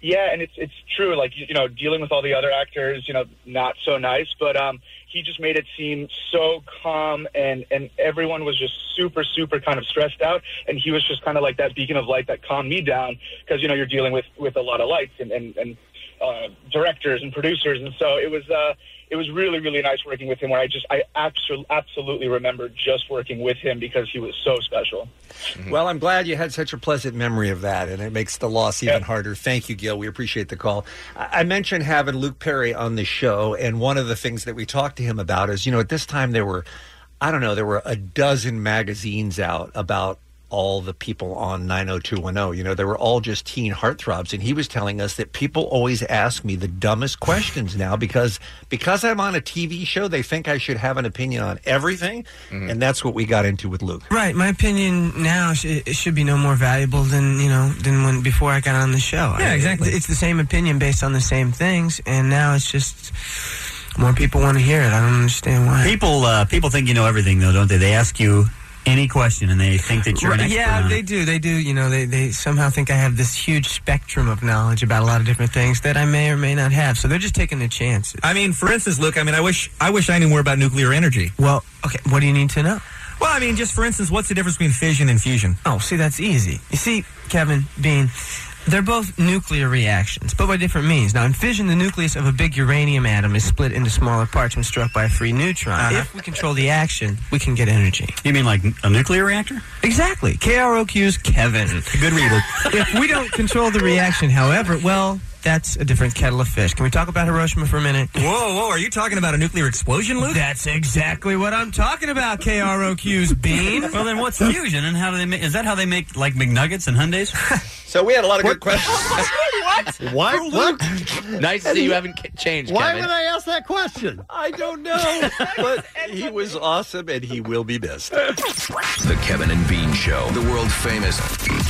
S10: Yeah, and it's it's true. Like you, you know, dealing with all the other actors, you know, not so nice. But um, he just made it seem so calm, and and everyone was just super, super kind of stressed out, and he was just kind of like that beacon of light that calmed me down because you know you're dealing with with a lot of lights and and and uh, directors and producers, and so it was. Uh, it was really, really nice working with him. Where I just, I absolutely, absolutely remember just working with him because he was so special.
S8: Mm-hmm. Well, I'm glad you had such a pleasant memory of that, and it makes the loss even harder. Thank you, Gil. We appreciate the call. I I mentioned having Luke Perry on the show, and one of the things that we talked to him about is, you know, at this time there were, I don't know, there were a dozen magazines out about all the people on 90210. You know, they were all just teen heartthrobs, and he was telling us that people always ask me the dumbest questions now because because I'm on a TV show, they think I should have an opinion on everything, and that's what we got into with Luke.
S2: Right, my opinion now sh- it should be no more valuable than you know than when before I got on the show.
S8: Yeah,
S2: I-
S8: exactly.
S2: it's the same opinion based on the same things, and now it's just more people want to hear it. I don't understand why.
S24: People uh, people think you know everything though, don't they? They ask you any question and they think that you're an
S2: Right,
S24: expert.
S2: yeah,
S24: on
S2: they
S24: it.
S2: do. They do. You know, they, they somehow think I have this huge spectrum of knowledge about a lot of different things that I may or may not have. So they're just taking the chances.
S25: I mean, for instance, Luke, I mean, I wish I wish I knew more about nuclear energy.
S2: Well, okay, what do you need to know?
S25: Well, I mean, just for instance, what's the difference between fission and fusion?
S2: Oh, see, that's easy. You see, Kevin, Bean, they're both nuclear reactions, but by different means. Now, in fission, the nucleus of a big uranium atom is split into smaller parts when struck by a free neutron.
S25: Uh-huh.
S2: If we control the action, we can get energy.
S24: You mean like a nuclear reactor?
S2: Exactly. KROQ's Kevin.
S24: Good reader.
S2: if we don't control the reaction, however, well, that's a different kettle of fish. Can we talk about Hiroshima for a minute?
S25: Whoa, whoa, are you talking about a nuclear explosion, Luke?
S2: That's exactly what I'm talking about, KROQ's Bean.
S24: well, then what's fusion and how do they make? Is that how they make like McNuggets and Hyundai's?
S8: so we had a lot of good questions.
S7: what?
S24: Why,
S7: Luke?
S9: Nice to see you haven't ca- changed,
S7: Why
S9: Kevin.
S7: would I ask that question?
S8: I don't know, but he was awesome and he will be missed.
S6: The Kevin and Bean Show, the world famous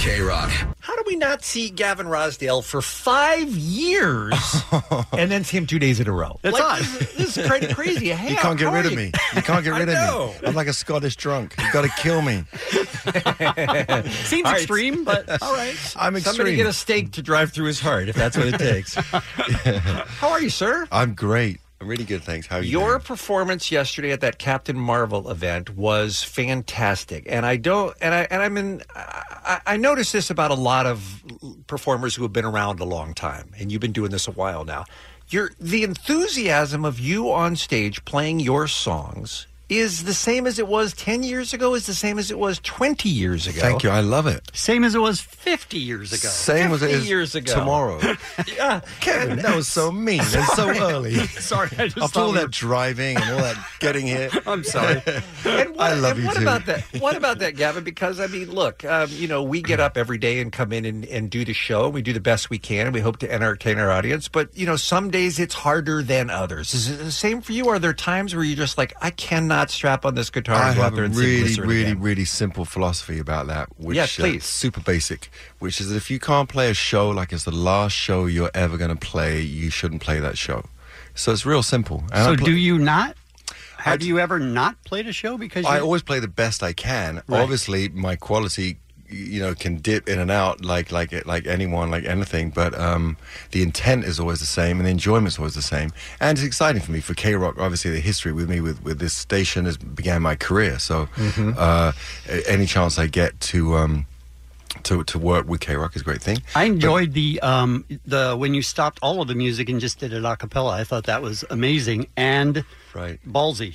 S6: K Rock.
S8: How do we not see Gavin Rosdale for five years, and then see him two days in a row.
S12: That's
S8: like,
S12: odd.
S8: This, this is crazy. crazy. Hey,
S12: you
S8: I'm
S12: can't get rid of
S8: Cardi.
S12: me. You can't get
S8: I
S12: rid
S8: know.
S12: of me. I'm like a Scottish drunk. You got to kill me.
S8: Seems
S12: extreme,
S8: but all right.
S12: I'm
S8: Somebody
S12: extreme.
S8: get a stake to drive through his heart if that's what it takes. How are you, sir?
S12: I'm great. I'm really good, thanks. How are Oh, you?
S8: Your performance yesterday at that Captain Marvel event was fantastic, and I don't, and I, and I'm in. I, I notice this about a lot of performers who have been around a long time, and you've been doing this a while now. Your the enthusiasm of you on stage playing your songs is the same as it was ten years ago. Is the same as it was twenty years ago.
S12: Thank you. I love it.
S7: Same as it was 50 years ago.
S12: Same as it
S8: 50
S12: is
S8: years ago.
S12: tomorrow.
S8: yeah,
S12: Kevin, that was so mean and so
S8: Sorry.
S12: early.
S8: Sorry, I just
S12: After
S8: thought
S12: all
S8: we
S12: that
S8: were-
S12: driving and all that getting here.
S8: I'm sorry. And what,
S12: I love
S8: and
S12: you
S8: what
S12: too.
S8: about that? What about that, Gavin? Because I mean, look, um, you know, we get up every day and come in and, and do the show, and we do the best we can, and we hope to entertain our audience. But you know, some days it's harder than others. Is it the same for you? Are there times where you're just like, I cannot strap on this guitar
S12: I
S8: and go
S12: have
S8: out there
S12: a
S8: and sing
S12: really,
S8: this or
S12: really,
S8: again?
S12: really simple philosophy about that, which
S8: Yes,
S12: uh,
S8: please.
S12: super basic, which is that if you can't play a show like it's the last show you're ever going to play, you shouldn't play that show. So it's real simple. And I
S7: So
S12: pl-
S7: do you not? Have you ever not played a show because you,
S12: I always play the best I can.
S7: Right.
S12: Obviously, my quality, you know, can dip in and out like like like anyone, like anything. But um, the intent is always the same, and the enjoyment's always the same. And it's exciting for me for K Rock. Obviously, the history with me with with this station has began my career. So,
S7: Mhm.
S12: uh, a- any chance I get to. Um, to, to work with K Rock is a great thing.
S7: I enjoyed the um the when you stopped all of the music and just did it a cappella. I thought that was amazing and
S12: right
S7: ballsy.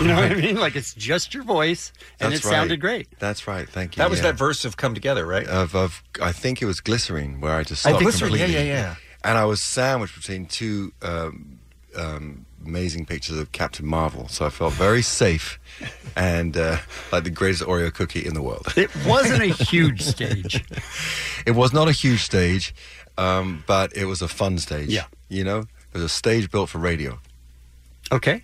S7: you know what I
S12: right.
S7: mean? Like it's just your voice and
S12: That's
S7: it
S12: right.
S7: sounded great.
S12: That's right. Thank you.
S8: That was that verse of "Come Together," right?
S12: Of, of I think it was glycerine where I just
S8: Oh,
S12: stopped
S8: Glycerine, yeah,
S12: completely.
S8: yeah, yeah.
S12: And I was sandwiched between two um, um, amazing pictures of Captain Marvel, so I felt very safe and uh, like the greatest Oreo cookie in the world.
S7: It wasn't a huge stage.
S12: It was not a huge stage, um, but it was a fun stage. Yeah, you know, it was a stage built for radio.
S7: Okay.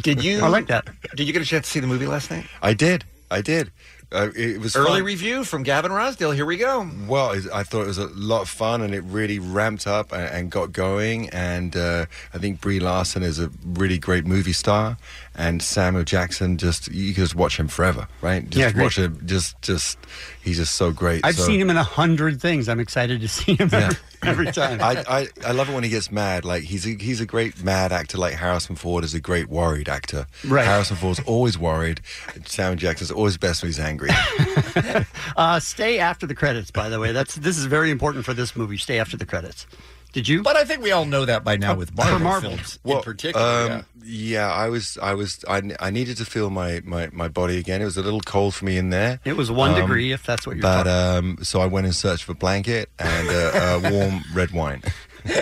S8: Did you?
S12: I like
S7: that.
S8: Did you get a chance to see the movie last night?
S12: I did. I did. Uh, it was
S8: Early
S12: fun.
S8: review from Gavin Rosdale. Here we go.
S12: Well, it- I thought it was a lot of fun, and it really ramped up and, and got going. And uh, I think Brie Larson is a really great movie star, and Samuel Jackson just you can just watch him forever, right? Just
S7: Yeah, agreed.
S12: watch him. Just, just he's just so great.
S7: I've
S12: So-
S7: seen him in a hundred things. I'm excited to see him every, every time.
S12: I, I, I love it when he gets mad. Like he's a, he's a great mad actor. Like Harrison Ford is a great worried actor.
S7: Right.
S12: Harrison Ford's always worried. and Samuel Jackson's always best when he's angry.
S7: Uh, stay after the credits, by the way. That's this is very important for this movie. Stay after the credits. Did you? Oh,
S8: But I think we all know that by now with
S7: Marvel, films in particular.
S12: Um, yeah. I was, I was, I, ne- I needed to feel my, my, my body again. It was a little cold for me in there.
S7: It was one
S12: Um,
S7: degree, if that's what you're
S12: But
S7: talking.
S12: um, so I went in search of a blanket and uh, uh, warm red wine.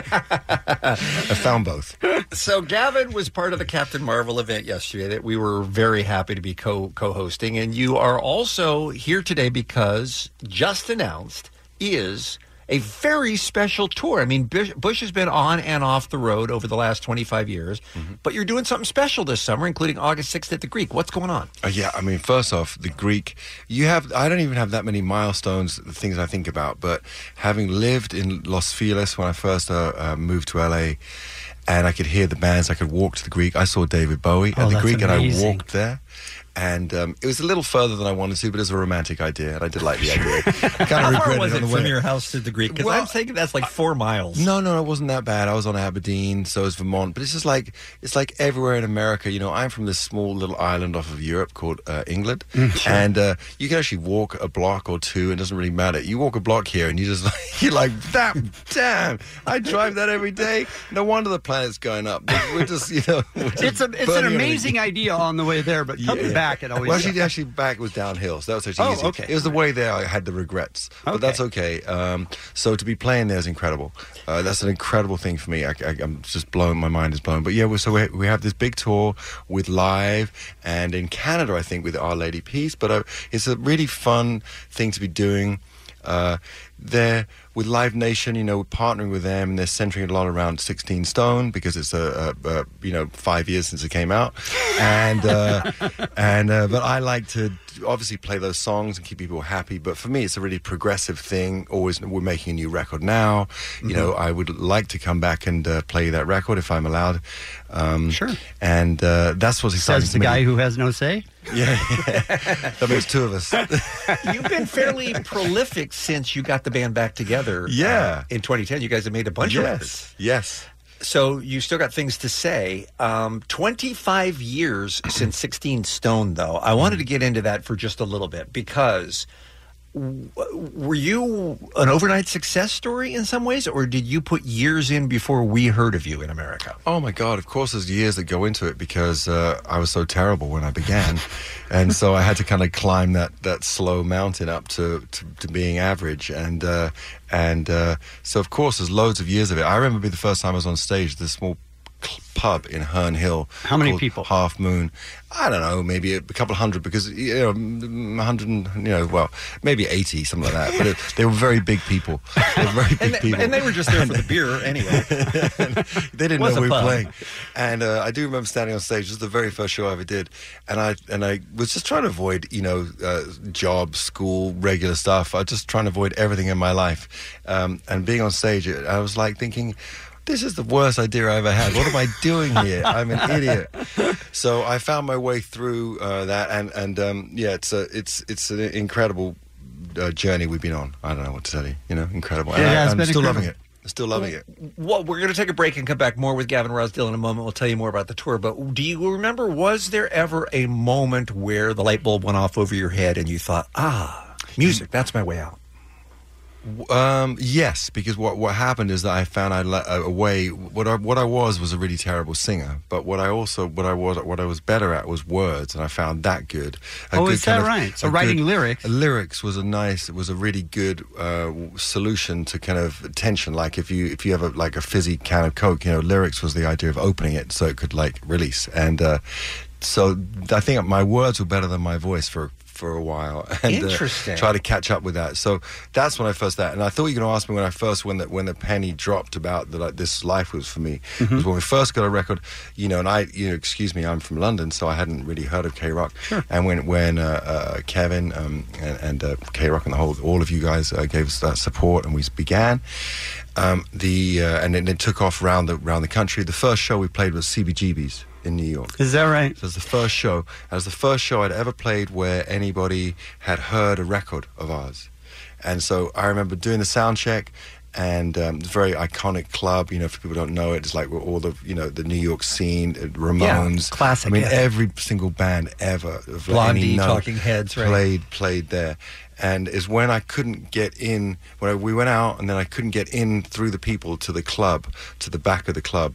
S12: I found both.
S8: so Gavin was part of the Captain Marvel event yesterday that we were very happy to be co co-hosting and you are also here today because just announced is a very special tour. I mean Bush, Bush has been on and off the road over the last 25 years,
S12: Mm-hmm.
S8: but you're doing something special this summer including August 6th at the Greek. What's going on?
S12: Uh, yeah, I mean, first off, the Greek. You have. I don't even have that many milestones, the things I think about. But having lived in Los Feliz when I first uh, uh, moved to LA, and I could hear the bands, I could walk to the Greek. I saw David Bowie
S7: Oh,
S12: at the
S7: that's
S12: Greek, and I
S7: amazing.
S12: walked there. And um, it was a little further than I wanted to, but it was a romantic idea, and I did like the idea. kind
S8: How
S12: of
S8: far
S12: regretted
S8: was
S12: on
S8: it
S12: the
S8: from
S12: way.
S8: your house to the Greek? Because
S12: Well,
S8: I'm thinking that's like four miles.
S12: No, no, it wasn't that bad. I was on Aberdeen, so is Vermont. But it's just like it's like everywhere in America. You know, I'm from this small little island off of Europe called uh, England,
S7: Mm, sure.
S12: and uh, you can actually walk a block or two. It doesn't really matter. You walk a block here, and you just like, you're like that. damn, I drive that every day. No wonder the planet's going up. We're just you know, we're just
S7: It's a it's
S12: burning
S7: an
S12: on the-
S7: amazing idea on the way there, but coming
S12: yeah.
S7: back, it always.
S12: Well, actually, actually, back was downhill, so that was actually
S7: Oh,
S12: easy.
S7: okay.
S12: It was the way there I had the regrets, but that's okay. Um, so to be playing there is incredible. Uh, that's an incredible thing for me. I, am just blown. My mind is blown. But yeah, we're, so we, we have this big tour with live, and in Canada, I think with Our Lady Peace. But uh, it's a really fun thing to be doing. Uh, they're with Live Nation, you know, we're partnering with them, and they're centering a lot around 16 Stone because it's a, a, a you know five years since it came out, and uh, and uh, but I like to obviously play those songs and keep people happy. But for me, it's a really progressive thing. Always, we're making a new record now. You know,
S7: Mm-hmm.
S12: I would like to come back and uh, play that record if I'm allowed. Um, sure. And uh, that's what's exciting.
S7: Says
S12: to
S7: the
S12: me.
S7: guy who has no say.
S12: Yeah, that makes two of us.
S8: You've been fairly prolific since you got the band back together. uh,
S12: Yeah.
S8: in 2010, you guys have made a bunch of
S12: Yes.
S8: records.
S12: Yes.
S8: So you still got things to say. Um, 25 years since 16 Stone, though. I wanted to get into that for just a little bit because w- were you an overnight success story in some ways, or did you put years in before we heard of you in America?
S12: Oh my God! Of course, there's years that go into it because uh, I was so terrible when I began, and so I had to kind of climb that, that slow mountain up to, to, to being average, and uh, and uh, so of course there's loads of years of it. I remember the first time I was on stage, this small cl- pub in Herne Hill. How many people? Half Moon. I don't know, maybe a couple hundred because you know, mm, a hundred, and- you know, well, maybe eighty, something like that. But it, they were very big people. They were very big
S8: And they,
S12: people,
S8: and they were just there for the beer anyway.
S12: they didn't
S8: Was
S12: know
S8: a
S12: we were
S8: pub.
S12: playing. And uh, I do remember standing on stage. This was the very first show I ever did, and I and I was just trying to avoid, you know, uh, job, school, regular stuff. I was just trying to avoid everything in my life. Um, and being on stage, it- I was like thinking. This is the worst idea I ever had. What am I doing here? I'm an idiot. So I found my way through uh, that, and and um, yeah, it's a, it's it's an incredible uh, journey we've been on. I don't know what to tell you. You know, incredible. And
S8: Yeah,
S12: I,
S8: yeah, it's
S12: I'm
S8: been
S12: still loving it.
S8: incredible.
S12: Still loving it.
S8: Well, we're going to take a break and come back more with Gavin Rosdale in a moment. We'll tell you more about the tour. But do you remember, was there ever a moment where the light bulb went off over your head and you thought, ah, music, that's my way out?
S12: Um, yes, because what what happened is that I found I le- a way. What I what I was was a really terrible singer, but what I also what I was what I was better at was words, and I found that good. A
S7: Oh,
S12: good
S7: is that
S12: kind
S7: right? So
S12: a
S7: writing
S12: good- uh,
S7: lyrics.
S12: Lyrics was a nice, was a really good uh, w- solution to kind of tension. Like if you if you have a, like a fizzy can of Coke, you know, lyrics was the idea of opening it so it could like release. And uh, so I think my words were better than my voice for for a while. And, uh,
S8: Interesting.
S12: try to catch up with that. So that's when I first that. And I thought you were going to ask me when I first when the when the penny dropped about the, like this life was for me was when we first got a record. You know, and I you know excuse me, I'm from London, so I hadn't really heard of K Rock. Sure. And when when uh, uh, Kevin um, and, and uh, K Rock and the whole all of you guys uh, gave us that support and we began. Um, the uh, and it, it took off round the round the country. The first show we played was CBGB's in New York.
S7: Is that right?
S12: So it was the first show. It was the first show I'd ever played where anybody had heard a record of ours. And so I remember doing the sound check and um, it's a very iconic club. You know, for people who don't know it, it's like where all the, you know, the New York scene, uh, Ramones.
S8: classic,
S12: I mean,
S8: yeah.
S12: every single band ever. of
S8: Blondie,
S12: any note
S8: Talking Heads, right?
S12: Played, played there. And is when I couldn't get in, when I, we went out and then I couldn't get in through the people to the club, to the back of the club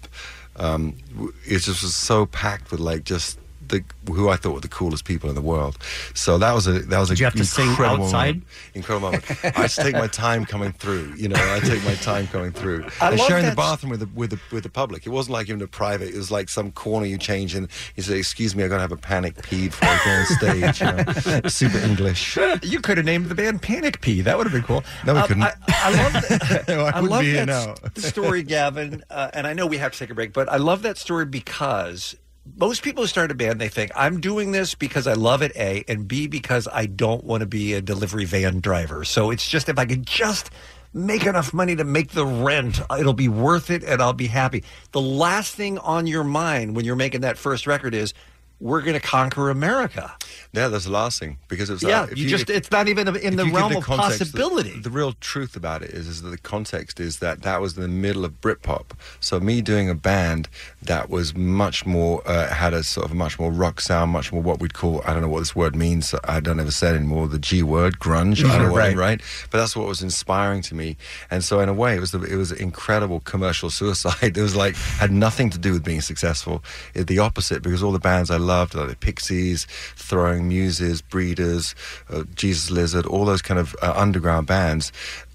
S12: um, w- it just was so packed with like just the who I thought were the coolest people in the world. So that was a that was
S7: Did
S12: a
S7: you have to sing
S12: incredible
S7: outside?
S12: moment. Incredible moment. I just take my time coming through. You know, I take my time coming through.
S8: I
S12: and
S8: love
S12: sharing the
S8: that-
S12: bathroom with the with the with the public. It wasn't like even a private. It was like some corner you change and you say, "Excuse me, I got to have a panic pee before I go on stage." You know? Super English.
S8: You could have named the band Panic Pee. That would have been cool.
S12: No, we
S8: Um,
S12: couldn't.
S8: I, I love that.
S12: No, I wouldn't
S8: love
S12: be here
S8: that
S12: now.
S8: s- story, Gavin. Uh, and I know we have to take a break, but I love that story because most people who start a band, they think I'm doing this because I love it, a, and b because I don't want to be a delivery van driver. So it's just if I could just make enough money to make the rent, uh, it'll be worth it, and I'll be happy. The last thing on your mind when you're making that first record is. We're going to conquer America.
S12: Yeah, that's the last thing because it was
S8: yeah.
S12: like, if
S8: you,
S12: you-
S8: just it's not even in
S12: If
S8: the
S12: you give
S8: realm of
S12: context, the-
S8: possibility.
S12: The, real truth about it is, is that the context is that that was in the middle of Britpop. So me doing a band that was much more uh, had a sort of a much more rock sound, much more what we'd call I don't know what this word means. I don't ever say it anymore. The G word, grunge. I don't know what
S8: Right.
S12: it- right? But that's what was inspiring to me. And so in a way, it was the, it was incredible commercial suicide. It was like had nothing to do with being successful. It, the opposite, because all the bands I loved, like the Pixies, Throwing Muses, Breeders, uh, Jesus Lizard, all those kind of uh, underground bands,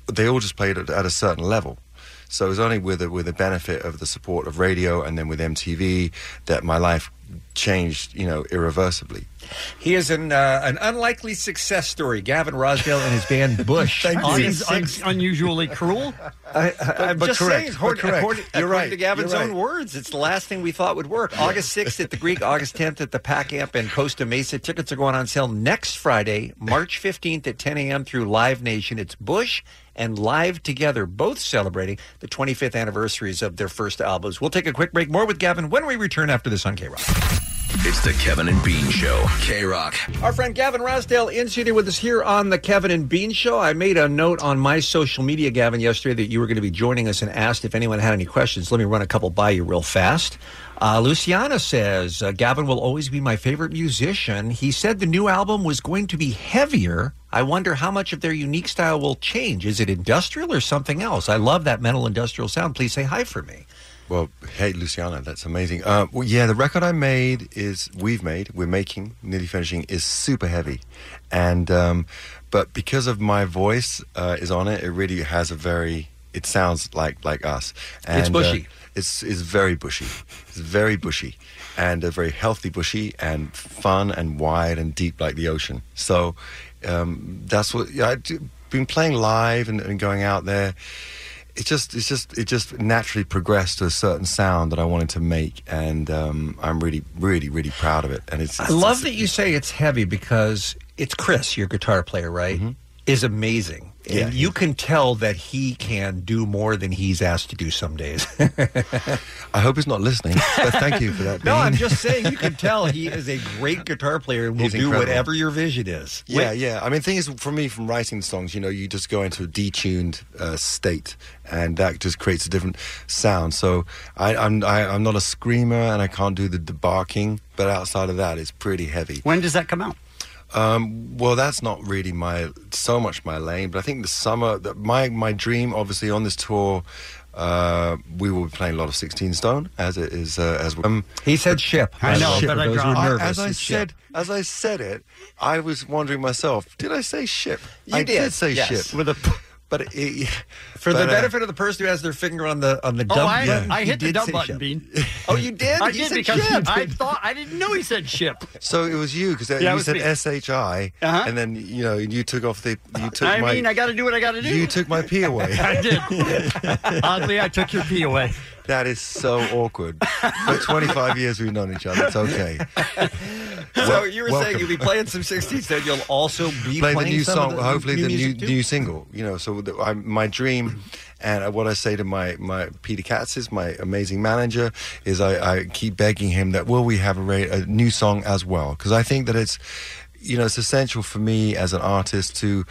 S12: they all just played at, at a certain level. So it was only with the, with the benefit of the support of radio and then with MTV that my life changed, you know, irreversibly.
S8: He is an uh, an unlikely success story. Gavin Rosdale and his band Bush.
S7: Thank you.
S8: his
S7: Un-
S8: sixth-
S7: unusually cruel.
S8: I, I, am
S7: But
S8: just
S7: correct,
S8: saying,
S7: but
S8: according,
S7: correct.
S8: according-
S7: You're
S8: according
S7: right,
S8: to Gavin's
S7: you're
S8: own
S7: right.
S8: words, it's the last thing we thought would work. August 6th at the Greek, August 10th at the Pac Amp in Costa Mesa. Tickets are going on sale next Friday, March 15th at 10 a.m. through Live Nation. It's Bush and Live Together, both celebrating the 25th anniversaries of their first albums. We'll take a quick break. More with Gavin when we return after this on K Rock.
S6: It's the Kevin and Bean Show. K Rock.
S8: Our friend Gavin Rousdale in studio with us here on the Kevin and Bean Show. I made a note on my social media, Gavin, yesterday that you were going to be joining us and asked if anyone had any questions. Let me run a couple by you real fast. Uh, Luciana says uh, Gavin will always be my favorite musician. He said the new album was going to be heavier. I wonder how much of their unique style will change. Is it industrial or something else? I love that metal industrial sound. Please say hi for me.
S12: Well, hey, Luciana, that's amazing. Uh, well, yeah, the record I made is we've made, we're making, nearly finishing is super heavy, and um, but because of my voice uh, is on it, it really has a very. It sounds like like us. And,
S8: It's bushy.
S12: uh, it's it's very bushy. It's very bushy, and a very healthy bushy, and fun and wide and deep like the ocean. So um, that's what yeah, I've been playing live and, and going out there it just it's just it just naturally progressed to a certain sound that I wanted to make, and um, I'm really really really proud of it. And it's,
S8: I
S12: it's-
S8: love that you say it's heavy because it's Chris, your guitar player, right? Is amazing.
S12: Yeah.
S8: And you can tell that he can do more than he's asked to do some days.
S12: I hope he's not listening, but thank you for that.
S8: no,
S12: Dean.
S8: I'm just saying you can tell he is a great guitar player and will
S12: He's
S8: do
S12: incredible.
S8: whatever your vision is.
S12: Yeah,
S8: Wait,
S12: yeah. I mean, the thing is, for me, from writing songs, you know, you just go into a detuned uh, state, and that just creates a different sound. So I, I'm I, I'm not a screamer, and I can't do the, the barking. But outside of that, it's pretty heavy.
S7: When does that come out?
S12: Um, well, that's not really my so much my lane, but I think the summer. The, my my dream, obviously, on this tour. Uh, we will be playing a lot of 16 Stone as it is uh, as um,
S8: he said ship.
S7: I know, but I dropped-
S12: As
S7: nervous,
S12: I
S7: it's
S12: said,
S7: ship.
S12: as I said it, I was wondering myself, did I say ship?
S8: You
S12: I
S8: did,
S12: say
S8: yes.
S12: ship
S8: with
S12: a. But it,
S8: For the
S12: but, uh,
S8: benefit of the person who has their finger on the on the
S12: Oh,
S8: dumb
S12: I-
S8: button,
S12: I
S8: you
S12: hit the
S8: did
S12: dumb
S8: say
S12: button,
S8: ship.
S12: Bean.
S8: Oh, you did?
S7: I
S8: You
S7: did
S8: said
S7: because
S8: ship.
S7: I thought I didn't know he said ship.
S12: so it was you because
S7: Yeah, it
S12: you
S7: was
S12: said
S7: me.
S12: SHI,
S7: Uh-huh. Uh,
S12: and then you know you took off the you took
S7: I
S12: my
S7: mean, I got to do what I got to do.
S12: you took my pee away.
S7: I did. Oddly, I took your pee away.
S12: That is so awkward. For 25 years we've known each other. It's okay.
S8: So you were
S12: Welcome.
S8: saying you'll be playing some 16s, then you'll also be
S12: Play the
S8: playing
S12: new
S8: some
S12: song,
S8: of the
S12: hopefully the new
S8: music too?
S12: new single. You know, so the, I, my dream and what I say to my my Peter Katz is my amazing manager is I, I keep begging him that will we have a, ra- a new song as well because I think that it's you know, it's essential for me as an artist to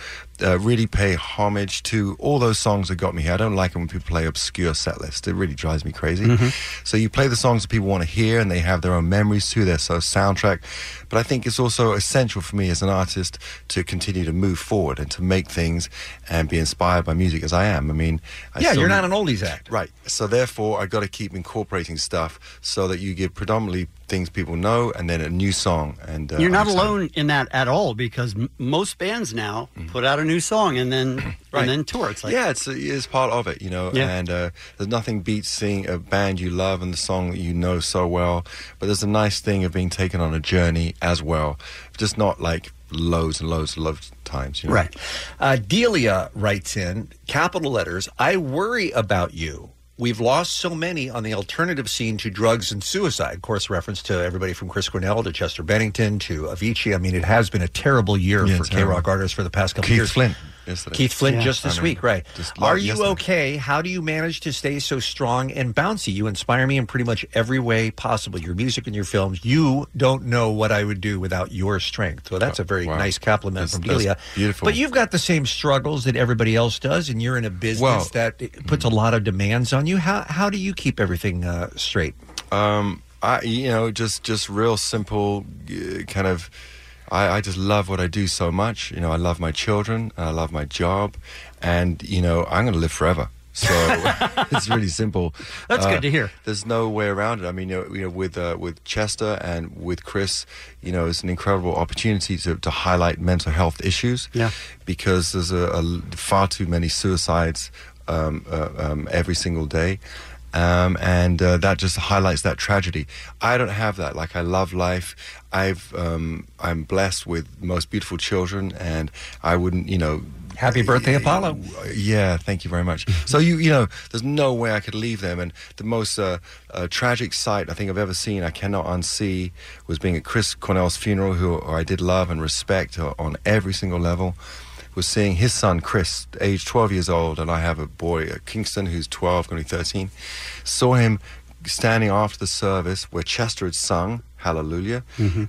S12: uh, really pay homage to all those songs that got me here. I don't like it when people play obscure set lists. It really drives me crazy.
S8: Mm-hmm.
S12: So you play the songs that people want to hear and they have their own memories to their so soundtrack. But I think it's also essential for me as an artist to continue to move forward and to make things and be inspired by music as I am. I mean, I
S8: Yeah,
S12: still-
S8: you're not an oldies act.
S12: Right. So therefore, I've got to keep incorporating stuff so that you give predominantly things people know and then a new song. And uh,
S7: You're not
S12: I'm excited.
S7: alone in that at all because m- most bands now
S12: Mm.
S7: put out a new song and then and then tour. It's like
S12: yeah, it's it's part of it, you know.
S7: Yeah.
S12: And uh, there's nothing beats seeing a band you love and the song that you know so well. But there's a nice thing of being taken on a journey as well, just not like loads and loads and loads of times, you know.
S8: Right. Uh, Delia writes in capital letters I worry about you. We've lost so many on the alternative scene to drugs and suicide. Of course, reference to everybody from Chris Cornell to Chester Bennington to Avicii. I mean, it has been a terrible year
S12: Yeah,
S8: for K
S12: terrible.
S8: Rock artists for the past couple
S12: Keith
S8: years.
S12: Flint yesterday.
S8: Keith Flint
S12: Yeah.
S8: just this
S12: I mean,
S8: week, right.
S12: just
S8: Are
S12: like
S8: you
S12: yesterday.
S8: okay? How do you manage to stay so strong and bouncy? You inspire me in pretty much every way possible. Your music and your films. You don't know what I would do without your strength. So that's a very
S12: Oh, Wow.
S8: nice compliment
S12: That's-
S8: from
S12: that's
S8: Delia.
S12: beautiful.
S8: But you've got the same struggles that everybody else does, and you're in a business
S12: Well-
S8: that it puts a lot of demands on you. How how do you keep everything uh, straight?
S12: Um, I you know just just real simple uh, kind of. I, I just love what I do so much. You know, I love my children. I love my job, and you know, I'm going to live forever. So it's really simple.
S7: That's good to hear.
S12: Uh, There's no way around it. I mean, you know, you know with uh, with Chester and with Chris, you know, it's an incredible opportunity to, to highlight mental health issues.
S7: Yeah.
S12: Because there's a, a l- far too many suicides um, uh, um, every single day. Um, and uh, that just highlights that tragedy. I don't have that. Like I love life. I've um, I'm blessed with most beautiful children, and I wouldn't, you know.
S8: Happy birthday, Apollo.
S12: Yeah, thank you very much. So you, you know, there's no way I could leave them. And the most uh, uh, tragic sight I think I've ever seen, I cannot unsee, was being at Chris Cornell's funeral, who I did love and respect uh, on every single level was seeing his son Chris, aged 12 years old, and I have a boy, uh, Kingston, who's 12, going to be 13. Saw him standing after the service where Chester had sung Hallelujah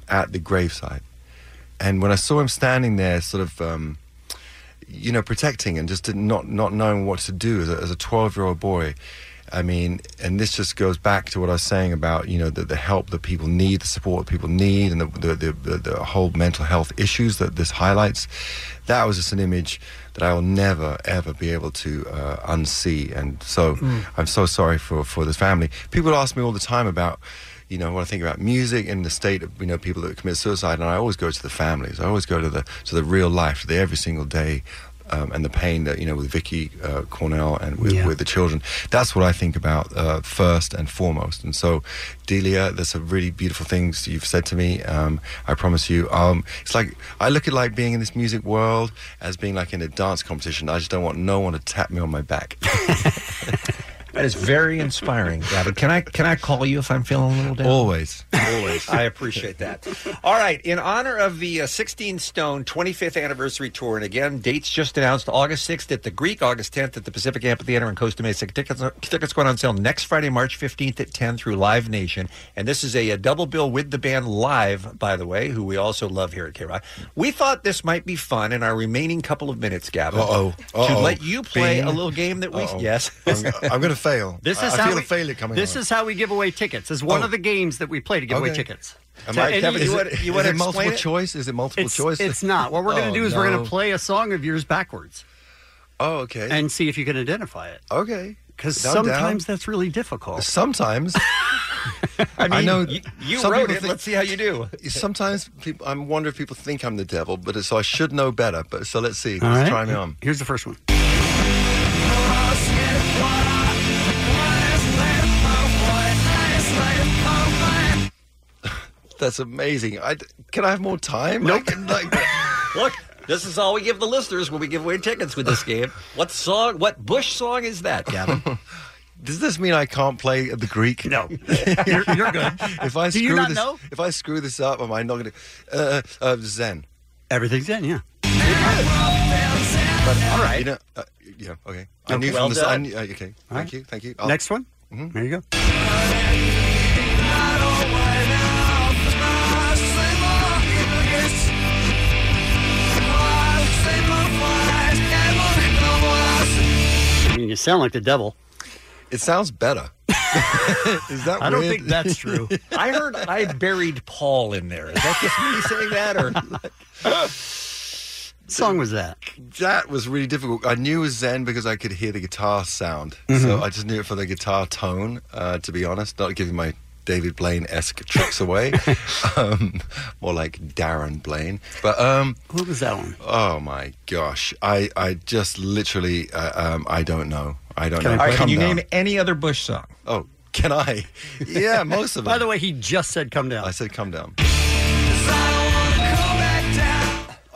S12: at the graveside, and when I saw him standing there, sort of. Um, you know, protecting and just did not not knowing what to do as a, as a 12 year old boy. I mean, and this just goes back to what I was saying about you know the, the help that people need, the support that people need, and the the, the the the whole mental health issues that this highlights. That was just an image that I will never ever be able to uh, unsee, and so
S13: Mm.
S12: I'm so sorry for for this family. People ask me all the time about you know, when I think about music and the state of you know people that commit suicide, and I always go to the families. I always go to the to the real life, to the every single day, um, and the pain that you know with Vicky uh, Cornell and with,
S22: Yeah.
S12: with the children. That's what I think about uh, first and foremost. And so, Delia, there's some really beautiful things you've said to me. Um, I promise you. Um, it's like I look at like being in this music world as being like in a dance competition. I just don't want no one to tap me on my back.
S8: That is very inspiring, Gavin. Can I can I call you if I'm feeling a little down?
S12: Always,
S8: always. I appreciate that. All right, in honor of the uh, 16 Stone 25th anniversary tour, and again, dates just announced: August 6th at the Greek, August 10th at the Pacific Amphitheater in Costa Mesa. Tickets tickets going on sale next Friday, March 15th at 10 through Live Nation. And this is a, a double bill with the band live, by the way, who we also love here at K Rock. We thought this might be fun in our remaining couple of minutes, Gavin.
S12: Uh-oh.
S8: to
S12: Uh-oh.
S8: let you play
S12: Bing.
S8: a little game that we
S12: Uh-oh.
S8: yes,
S12: I'm, I'm going to fail.
S7: This
S12: I-
S7: is
S12: I
S7: how
S12: feel
S7: we,
S12: a failure coming.
S7: This
S12: on.
S7: is how we give away tickets. It's one
S12: Oh.
S7: of the games that we play to give away
S12: Okay.
S7: tickets.
S12: Am
S7: To
S12: I-
S7: any-
S12: Kevin, is it- is
S7: wanna
S12: it multiple
S7: explain it?
S12: choice? Is it multiple
S7: It's-
S12: choice?
S7: It's not. What we're going
S12: Oh,
S7: to do is we're going
S12: no.
S7: to play a song of yours backwards.
S12: Oh, okay.
S7: And see if you can identify it.
S12: Okay.
S7: Because
S12: Now I'm down.
S7: sometimes that's really difficult.
S12: Sometimes. I mean, know you,
S8: you wrote it. Let's see how you do.
S12: Sometimes people, I wonder if people think I'm the devil, but it's, so I should know better. But so let's see.
S7: All
S12: let's
S7: right.
S12: try me on.
S7: Here's the first one.
S12: That's amazing. I, can I have more time? Nope.
S8: Look, this is all we give the listeners when we give away tickets with this game. What song? What Bush song is that, Gavin?
S12: Does this mean I can't play the Greek? No,
S8: you're, you're good.
S12: If I
S8: Do
S12: screw
S8: you not
S12: this,
S8: know?
S12: if I screw this up, am I not going to uh, uh, Zen?
S7: Everything's Zen, yeah.
S12: But
S7: all right,
S12: you know, uh, yeah, okay. I
S7: Okay.
S12: knew
S7: Well
S12: from the. I
S7: done.
S12: knew, uh, okay, thank
S7: right.
S12: you, thank you.
S7: Next one.
S12: Mm-hmm.
S7: There you go. I mean, you sound like the devil.
S12: It sounds better. Is that?
S8: I don't
S12: weird?
S8: think that's true. I heard I buried Paul in there. Is that just me saying that, or
S7: song was that?
S12: That was really difficult. I knew it was Zen because I could hear the guitar sound. So I just knew it for the guitar tone, uh, to be honest, not giving my David Blaine esque tricks away. um, more like Darren Blaine. But um,
S7: What was that one?
S12: Oh my gosh. I, I just literally, uh, um, I don't know. I don't
S8: All
S12: know.
S8: right, can
S12: Come
S8: you
S12: down.
S8: name any other Bush song?
S12: Oh, can I? Yeah, most of them.
S7: By the way, he just said come down. I
S12: said come down.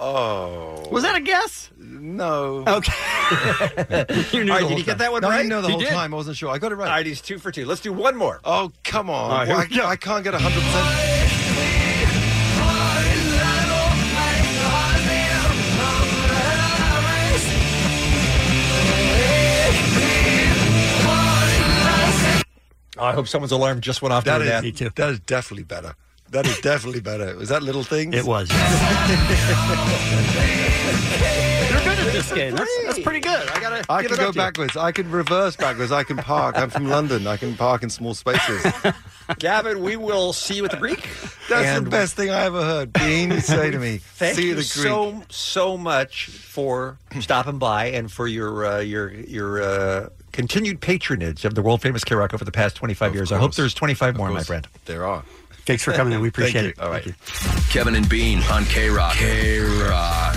S12: Oh.
S7: Was that a guess?
S12: No.
S7: Okay.
S12: You knew
S8: All right,
S12: the
S8: did
S12: whole
S8: he get
S12: time.
S8: that one
S12: No, I
S8: right?
S12: didn't know the
S8: He
S12: whole
S8: did.
S12: time. I wasn't sure. I got it right.
S8: All right, he's two for two. Let's do one more.
S12: Oh, come
S8: All
S12: on.
S8: right, here
S12: Why-
S8: we go.
S12: I can't get 100%.
S8: I hope someone's alarm just went off.
S12: That
S8: doing
S12: is-
S8: that.
S12: Me too. That is definitely better. That is definitely better. Was that Little Things? It
S7: was. They're good at this game. That's, that's pretty good. I gotta.
S12: I
S7: give
S12: can
S7: it up
S12: go
S7: to you.
S12: backwards. I can reverse backwards. I can park. I'm from London. I can park in small spaces.
S8: Gavin, we will see you at the Greek.
S12: That's
S8: And
S12: the best thing I ever heard. Bean say to me,
S8: Thank
S12: "See
S8: you
S12: you at the Greek."
S8: so so much for stopping by and for your uh, your your uh, continued patronage of the world famous K Rock over the past twenty five years. I hope
S6: course.
S8: there's twenty five
S6: Of
S8: more, my
S6: course.
S8: friend.
S12: There are.
S7: Thanks for coming in. We appreciate it.
S6: All right. Kevin and Bean on K Rock. K Rock.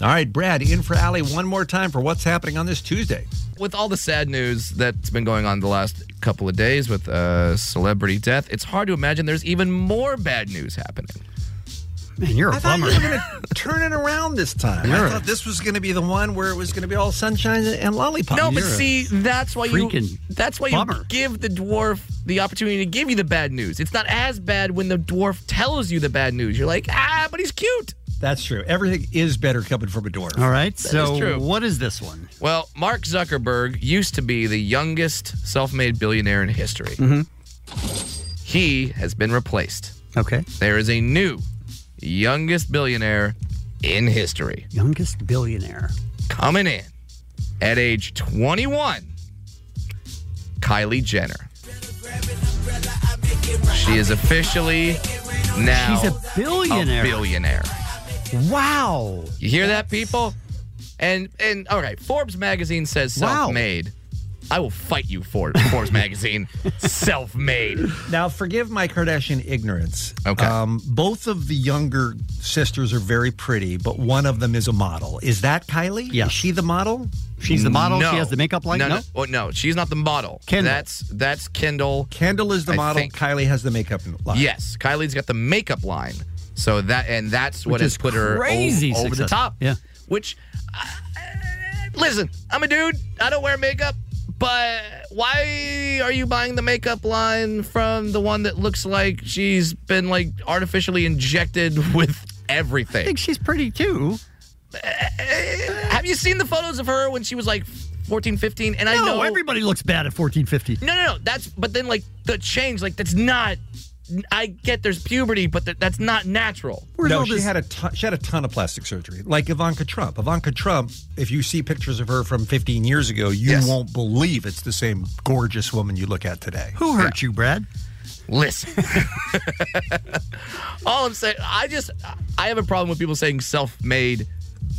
S8: All right, Brad, in for Alley one more time for what's happening on this Tuesday.
S9: With all the sad news that's been going on the last couple of days with uh, celebrity death, it's hard to imagine there's even more bad news happening.
S7: Man, you're a
S8: I thought
S7: bummer.
S8: you were going to turn it around this time.
S7: You're
S8: I
S7: a-
S8: thought this was going to be the one where it was going to be all sunshine and lollipops.
S9: No, but see, that's why you
S8: freaking
S9: that's why you
S8: bummer.
S9: give the dwarf the opportunity to give you the bad news. It's not as bad when the dwarf tells you the bad news. You're like, ah, but he's cute.
S8: That's true. Everything is better coming from a door.
S7: All right.
S9: That is
S7: so,
S9: true.
S7: what is this one?
S9: Well, Mark Zuckerberg used to be the youngest self-made billionaire in history.
S7: Hmm. Mm-hmm.
S9: He has been replaced.
S7: Okay.
S9: There is a new youngest billionaire in history.
S7: Youngest billionaire.
S9: coming in at age 21, Kylie Jenner. She is officially now
S7: She's a billionaire.
S9: a billionaire.
S7: Wow.
S9: You hear that, people? And and all right, Forbes magazine says
S8: Wow.
S9: self-made. I will fight you, for Forbes magazine. self-made.
S8: Now, forgive my Kardashian ignorance.
S9: Okay.
S8: Um, both of the younger sisters are very pretty, but one of them is a model. Is that Kylie? Yeah. Is she the model?
S9: No. No, no, well, no, she's not the model.
S8: Kendall.
S9: That's that's Kendall.
S8: Kendall is the
S9: I
S8: model.
S9: think-
S8: Kylie has the makeup line.
S9: Yes, Kylie's got the makeup line. So that and that's what
S8: Which
S9: has
S8: is
S9: put her o-
S8: crazy
S9: over the
S8: successful.
S9: top. Yeah. Which uh, listen, I'm a dude. I don't wear makeup, but why are you buying the makeup line from the one that looks like she's been like artificially injected with everything? I think
S7: she's pretty too.
S9: Have you seen the photos of her when she was like 14, 15? And I
S7: no,
S9: know
S7: everybody looks bad at 1450.
S9: no, no, no. That's but then like the change, like that's not. I get there's puberty, but th- that's not natural.
S8: no, she had a ton, she had a ton of plastic surgery, like Ivanka Trump. Ivanka Trump, if you see pictures of her from 15 years ago, you won't believe it's the same gorgeous woman you look at today.
S7: Who hurt you, Brad?
S9: Listen. All I'm saying, I just, I have a problem with people saying self-made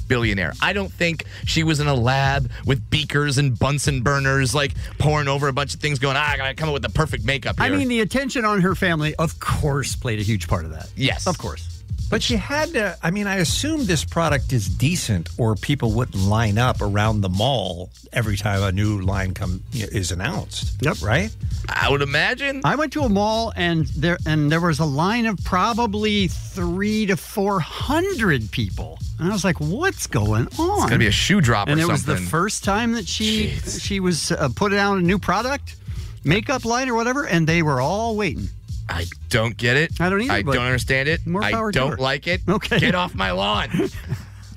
S9: billionaire. I don't think she was in a lab with beakers and Bunsen burners, like pouring over a bunch of things, going, ah, I gotta come up with the perfect makeup here.
S7: I mean, the attention on her family, of course, played a huge part of that.
S9: Yes.
S7: Of course.
S8: But she had to. I mean, I assume this product is decent, or people wouldn't line up around the mall every time a new line come is announced. Yep. Right.
S9: I would imagine.
S7: I went to a mall and there and there was a line of probably three to four hundred people, and I was like, "What's going on?"
S9: gonna be a shoe drop or
S7: And it was the
S9: something.
S7: first time that she she was uh, put out a new product, makeup line or whatever, and they were all waiting.
S9: I don't get it. I don't
S7: either,
S9: I
S7: but
S9: don't understand it.
S7: more
S9: I
S7: power to
S9: don't
S7: her.
S9: like it.
S7: Okay.
S9: Get off my lawn.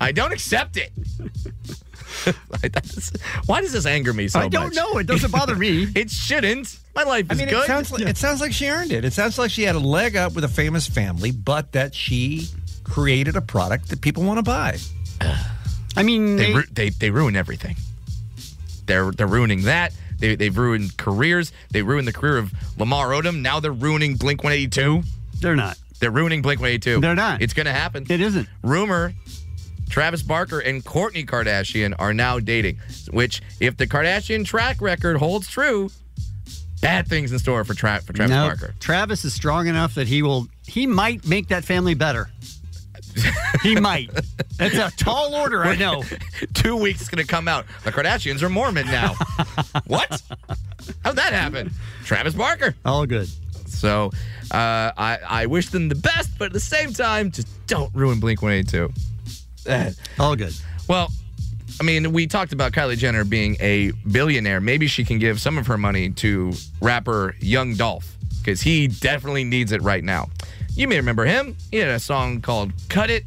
S9: I don't accept it. That's- Why does this anger me so
S8: I
S9: much?
S8: don't
S7: Oh,
S8: know. It doesn't bother
S9: me. it shouldn't. My life is
S8: I mean,
S9: good.
S8: it sounds like, it sounds like she earned it. It sounds like she had a leg up with a famous family, but that she created a product that people want to buy.
S7: I mean,
S9: they, ru- they they ruin everything. They're they're ruining that. They they've ruined careers. They ruined the career of Lamar Odom. Now they're ruining Blink One Eighty Two.
S7: They're not.
S9: They're ruining Blink One Eighty Two.
S7: They're not.
S9: It's going to happen.
S7: It isn't.
S9: Rumor: Travis Barker and Courtney Kardashian are now dating. Which, if the Kardashian track record holds true, bad things in store for Tra- for Travis
S7: No,
S9: Barker.
S7: Travis is strong enough that he will. He might make that family better. he might. That's a tall order, I know.
S9: Two weeks is going to come out. The Kardashians are Mormon now. what? How'd that happen? Travis Barker.
S7: All good.
S9: So uh, I, I wish them the best, but at the same time, just don't ruin Blink 182.
S7: All good.
S9: Well, I mean, we talked about Kylie Jenner being a billionaire. Maybe she can give some of her money to rapper Young Dolph because he definitely needs it right now. You may remember him. He had a song called Cut It.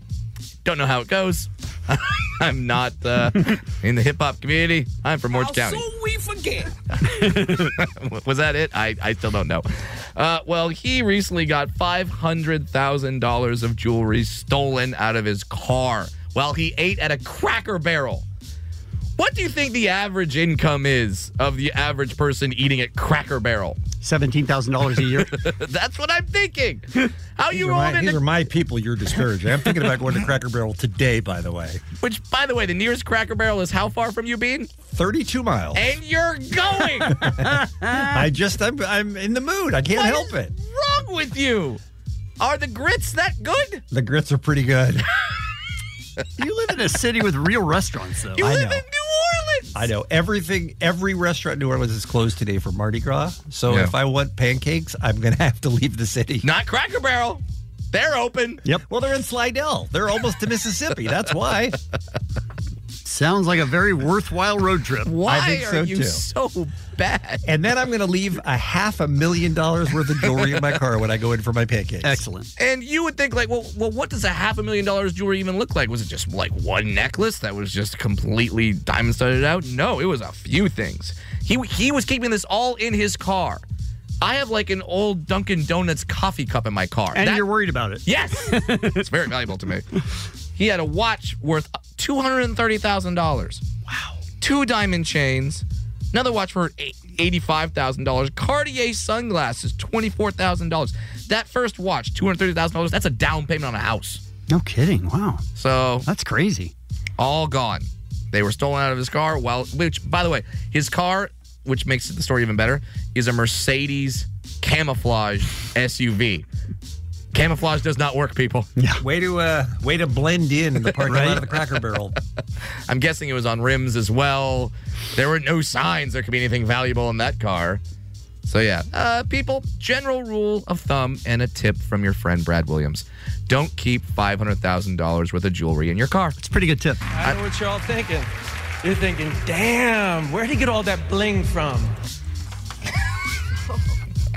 S9: Don't know how it goes. I'm not uh, in the hip hop community. I'm from Orange County.
S5: we forget.
S9: Was that it? I, I still don't know. Uh, well, he recently got $500,000 of jewelry stolen out of his car while he ate at a cracker barrel. What do you think the average income is of the average person eating at Cracker Barrel?
S7: $17,000 a year.
S9: That's what I'm thinking. How
S8: These
S9: you
S8: are my-
S9: rolling into
S8: These are my people you're disparaging. I'm thinking about going to Cracker Barrel today, by the way.
S9: Which, by the way, the nearest Cracker Barrel is how far from you, Bean?
S8: 32 miles.
S9: And you're going.
S8: I just, I'm, I'm in the mood. I can't help it.
S9: Wrong with you? Are the grits that good?
S8: The grits are pretty good.
S7: you live in a city with real restaurants, though.
S8: I
S9: New
S8: know.
S9: Orleans.
S8: I know everything. Every restaurant in New Orleans is closed today for Mardi Gras. So
S9: Yeah.
S8: if I want pancakes, I'm going to have to leave the city.
S9: Not Cracker Barrel. They're open.
S8: Yep. Well, they're in Slidell. They're almost to Mississippi. That's why.
S7: Sounds like a very worthwhile road trip.
S8: Why I think so, too.
S9: so bad?
S8: And then I'm going to leave a half a million dollars worth of jewelry in my car when I go in for my pancakes.
S7: Excellent.
S9: And you would think, like, well, well, what does a half a million dollars jewelry even look like? Was it just like one necklace that was just completely diamond studded out? No, it was a few things. He he was keeping this all in his car. I have like an old Dunkin' Donuts coffee cup in my car.
S7: And
S9: That-
S7: you're worried about it.
S9: Yes, it's very valuable to me. He had a watch worth two hundred and thirty thousand dollars. Wow. Two diamond chains, another watch for eighty-five thousand dollars. Cartier sunglasses, twenty-four thousand dollars. That first watch, two hundred thirty thousand dollars. That's a down payment on a house.
S7: No kidding. Wow.
S9: So
S7: that's crazy.
S9: All gone. They were stolen out of his car. While which, by the way, his car, which makes the story even better, is a Mercedes camouflage SUV. Camouflage does not work, people.
S8: Way to uh, way to blend in in the parking lot of the Cracker Barrel.
S9: I'm guessing it was on rims as well. There were no signs there could be anything valuable in that car. So, yeah, uh, people, general rule of thumb and a tip from your friend Brad Williams don't keep $500,000 worth of jewelry in your car. It's
S7: a pretty good tip.
S6: I know what y'all thinking. You're thinking, damn, where'd he get all that bling from?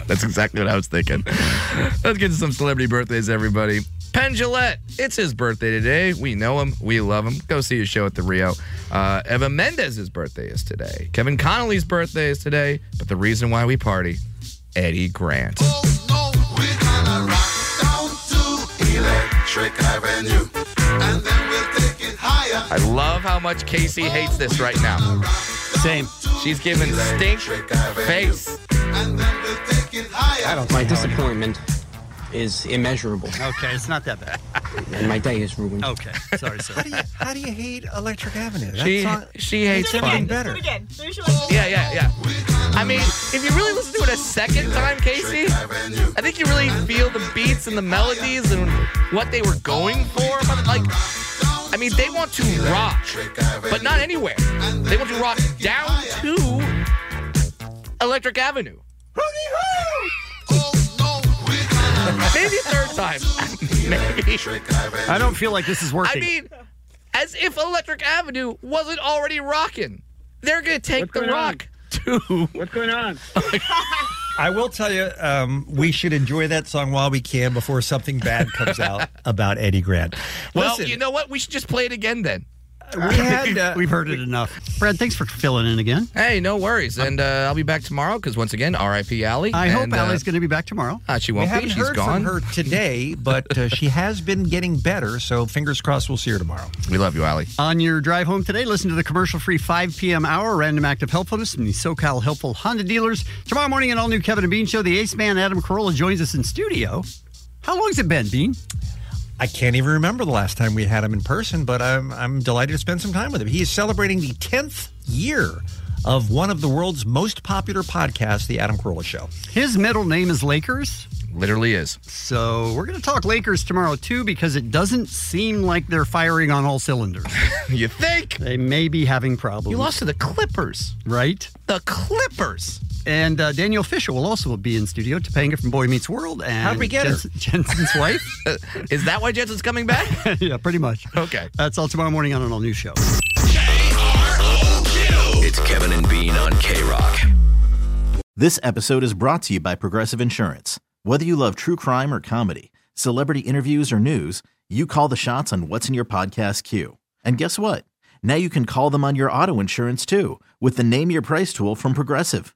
S9: That's exactly what I was thinking. Let's get to some celebrity birthdays, everybody. Penn Jillette, it's his birthday today. We know him. We love him. Go see his show at the Rio. Uh, Eva Mendez's birthday is today. Kevin Connolly's birthday is today. But the reason why we party, Eddie Grant.
S17: Down to Electric Avenue. And then we'll take it higher.
S9: I love how much Casey hates this right now.
S7: Same.
S9: She's giving stink face.
S7: I
S26: don't My disappointment is immeasurable,
S7: Okay, it's not that bad.
S26: and my day is ruined.
S7: Okay, sorry, sir.
S8: How do you hate Electric Avenue? That
S9: She-
S8: song-
S9: she hates
S8: it's even
S9: fun.
S8: better.
S9: Yeah, yeah, yeah. I mean, if you really listen to it a second time, Casey, I think you really feel the beats and the melodies and what they were going for. But like, I mean, they want to rock, but not anywhere. They want to rock down to Electric Avenue. Maybe a third time. Maybe.
S7: I don't feel like this is working.
S9: I mean, as if Electric Avenue wasn't already rocking. They're gonna take the rock.
S7: What's going on?
S8: I will tell you, um, we should enjoy that song while we can before something bad comes out about Eddie Grant.
S9: Well,
S8: Listen,
S9: you know what? We should just play it again then.
S7: We had, uh, We've heard it enough. Brad, thanks for filling in again.
S9: Hey, no worries. And uh, I'll be back tomorrow because once again, R.I.P. Allie.
S7: I
S9: And,
S7: hope
S9: uh,
S7: Allie's going to be back tomorrow.
S9: uh, she
S8: we
S9: won't be.
S8: haven't
S9: She's
S8: heard
S9: gone.
S8: from her today, but uh, she has been getting better. So fingers crossed, we'll see her tomorrow.
S9: We love you, Allie.
S7: On your drive home today, listen to the commercial free 5 p.m. hour random act of helpfulness from the SoCal Helpful Honda dealers. Tomorrow morning, an all new Kevin and Bean show, the ace man Adam Carolla joins us in studio. How long's it been, Bean?
S8: I can't even remember the last time we had him in person, but I'm I'm delighted to spend some time with him. He is celebrating the 10th year of one of the world's most popular podcasts, The Adam Carolla Show.
S7: His middle name is Lakers.
S9: Literally is.
S7: So we're going to talk Lakers tomorrow, too, because it doesn't seem like they're firing on all cylinders.
S9: you think?
S7: They may be having problems.
S9: You lost to the Clippers.
S7: Right?
S9: The Clippers.
S7: And uh, Daniel Fisher will also be in studio, Topanga from Boy Meets World. And
S9: How'd we get her?
S7: Jensen, Jensen's wife.
S9: Is that why Jensen's coming back?
S7: yeah, pretty much.
S9: Okay.
S7: That's all tomorrow morning on an all new show.
S27: It's Kevin and Bean on K Rock.
S28: This episode is brought to you by Progressive Insurance. Whether you love true crime or comedy, celebrity interviews or news, you call the shots on what's in your podcast queue. And guess what? Now you can call them on your auto insurance too with the Name Your Price tool from Progressive.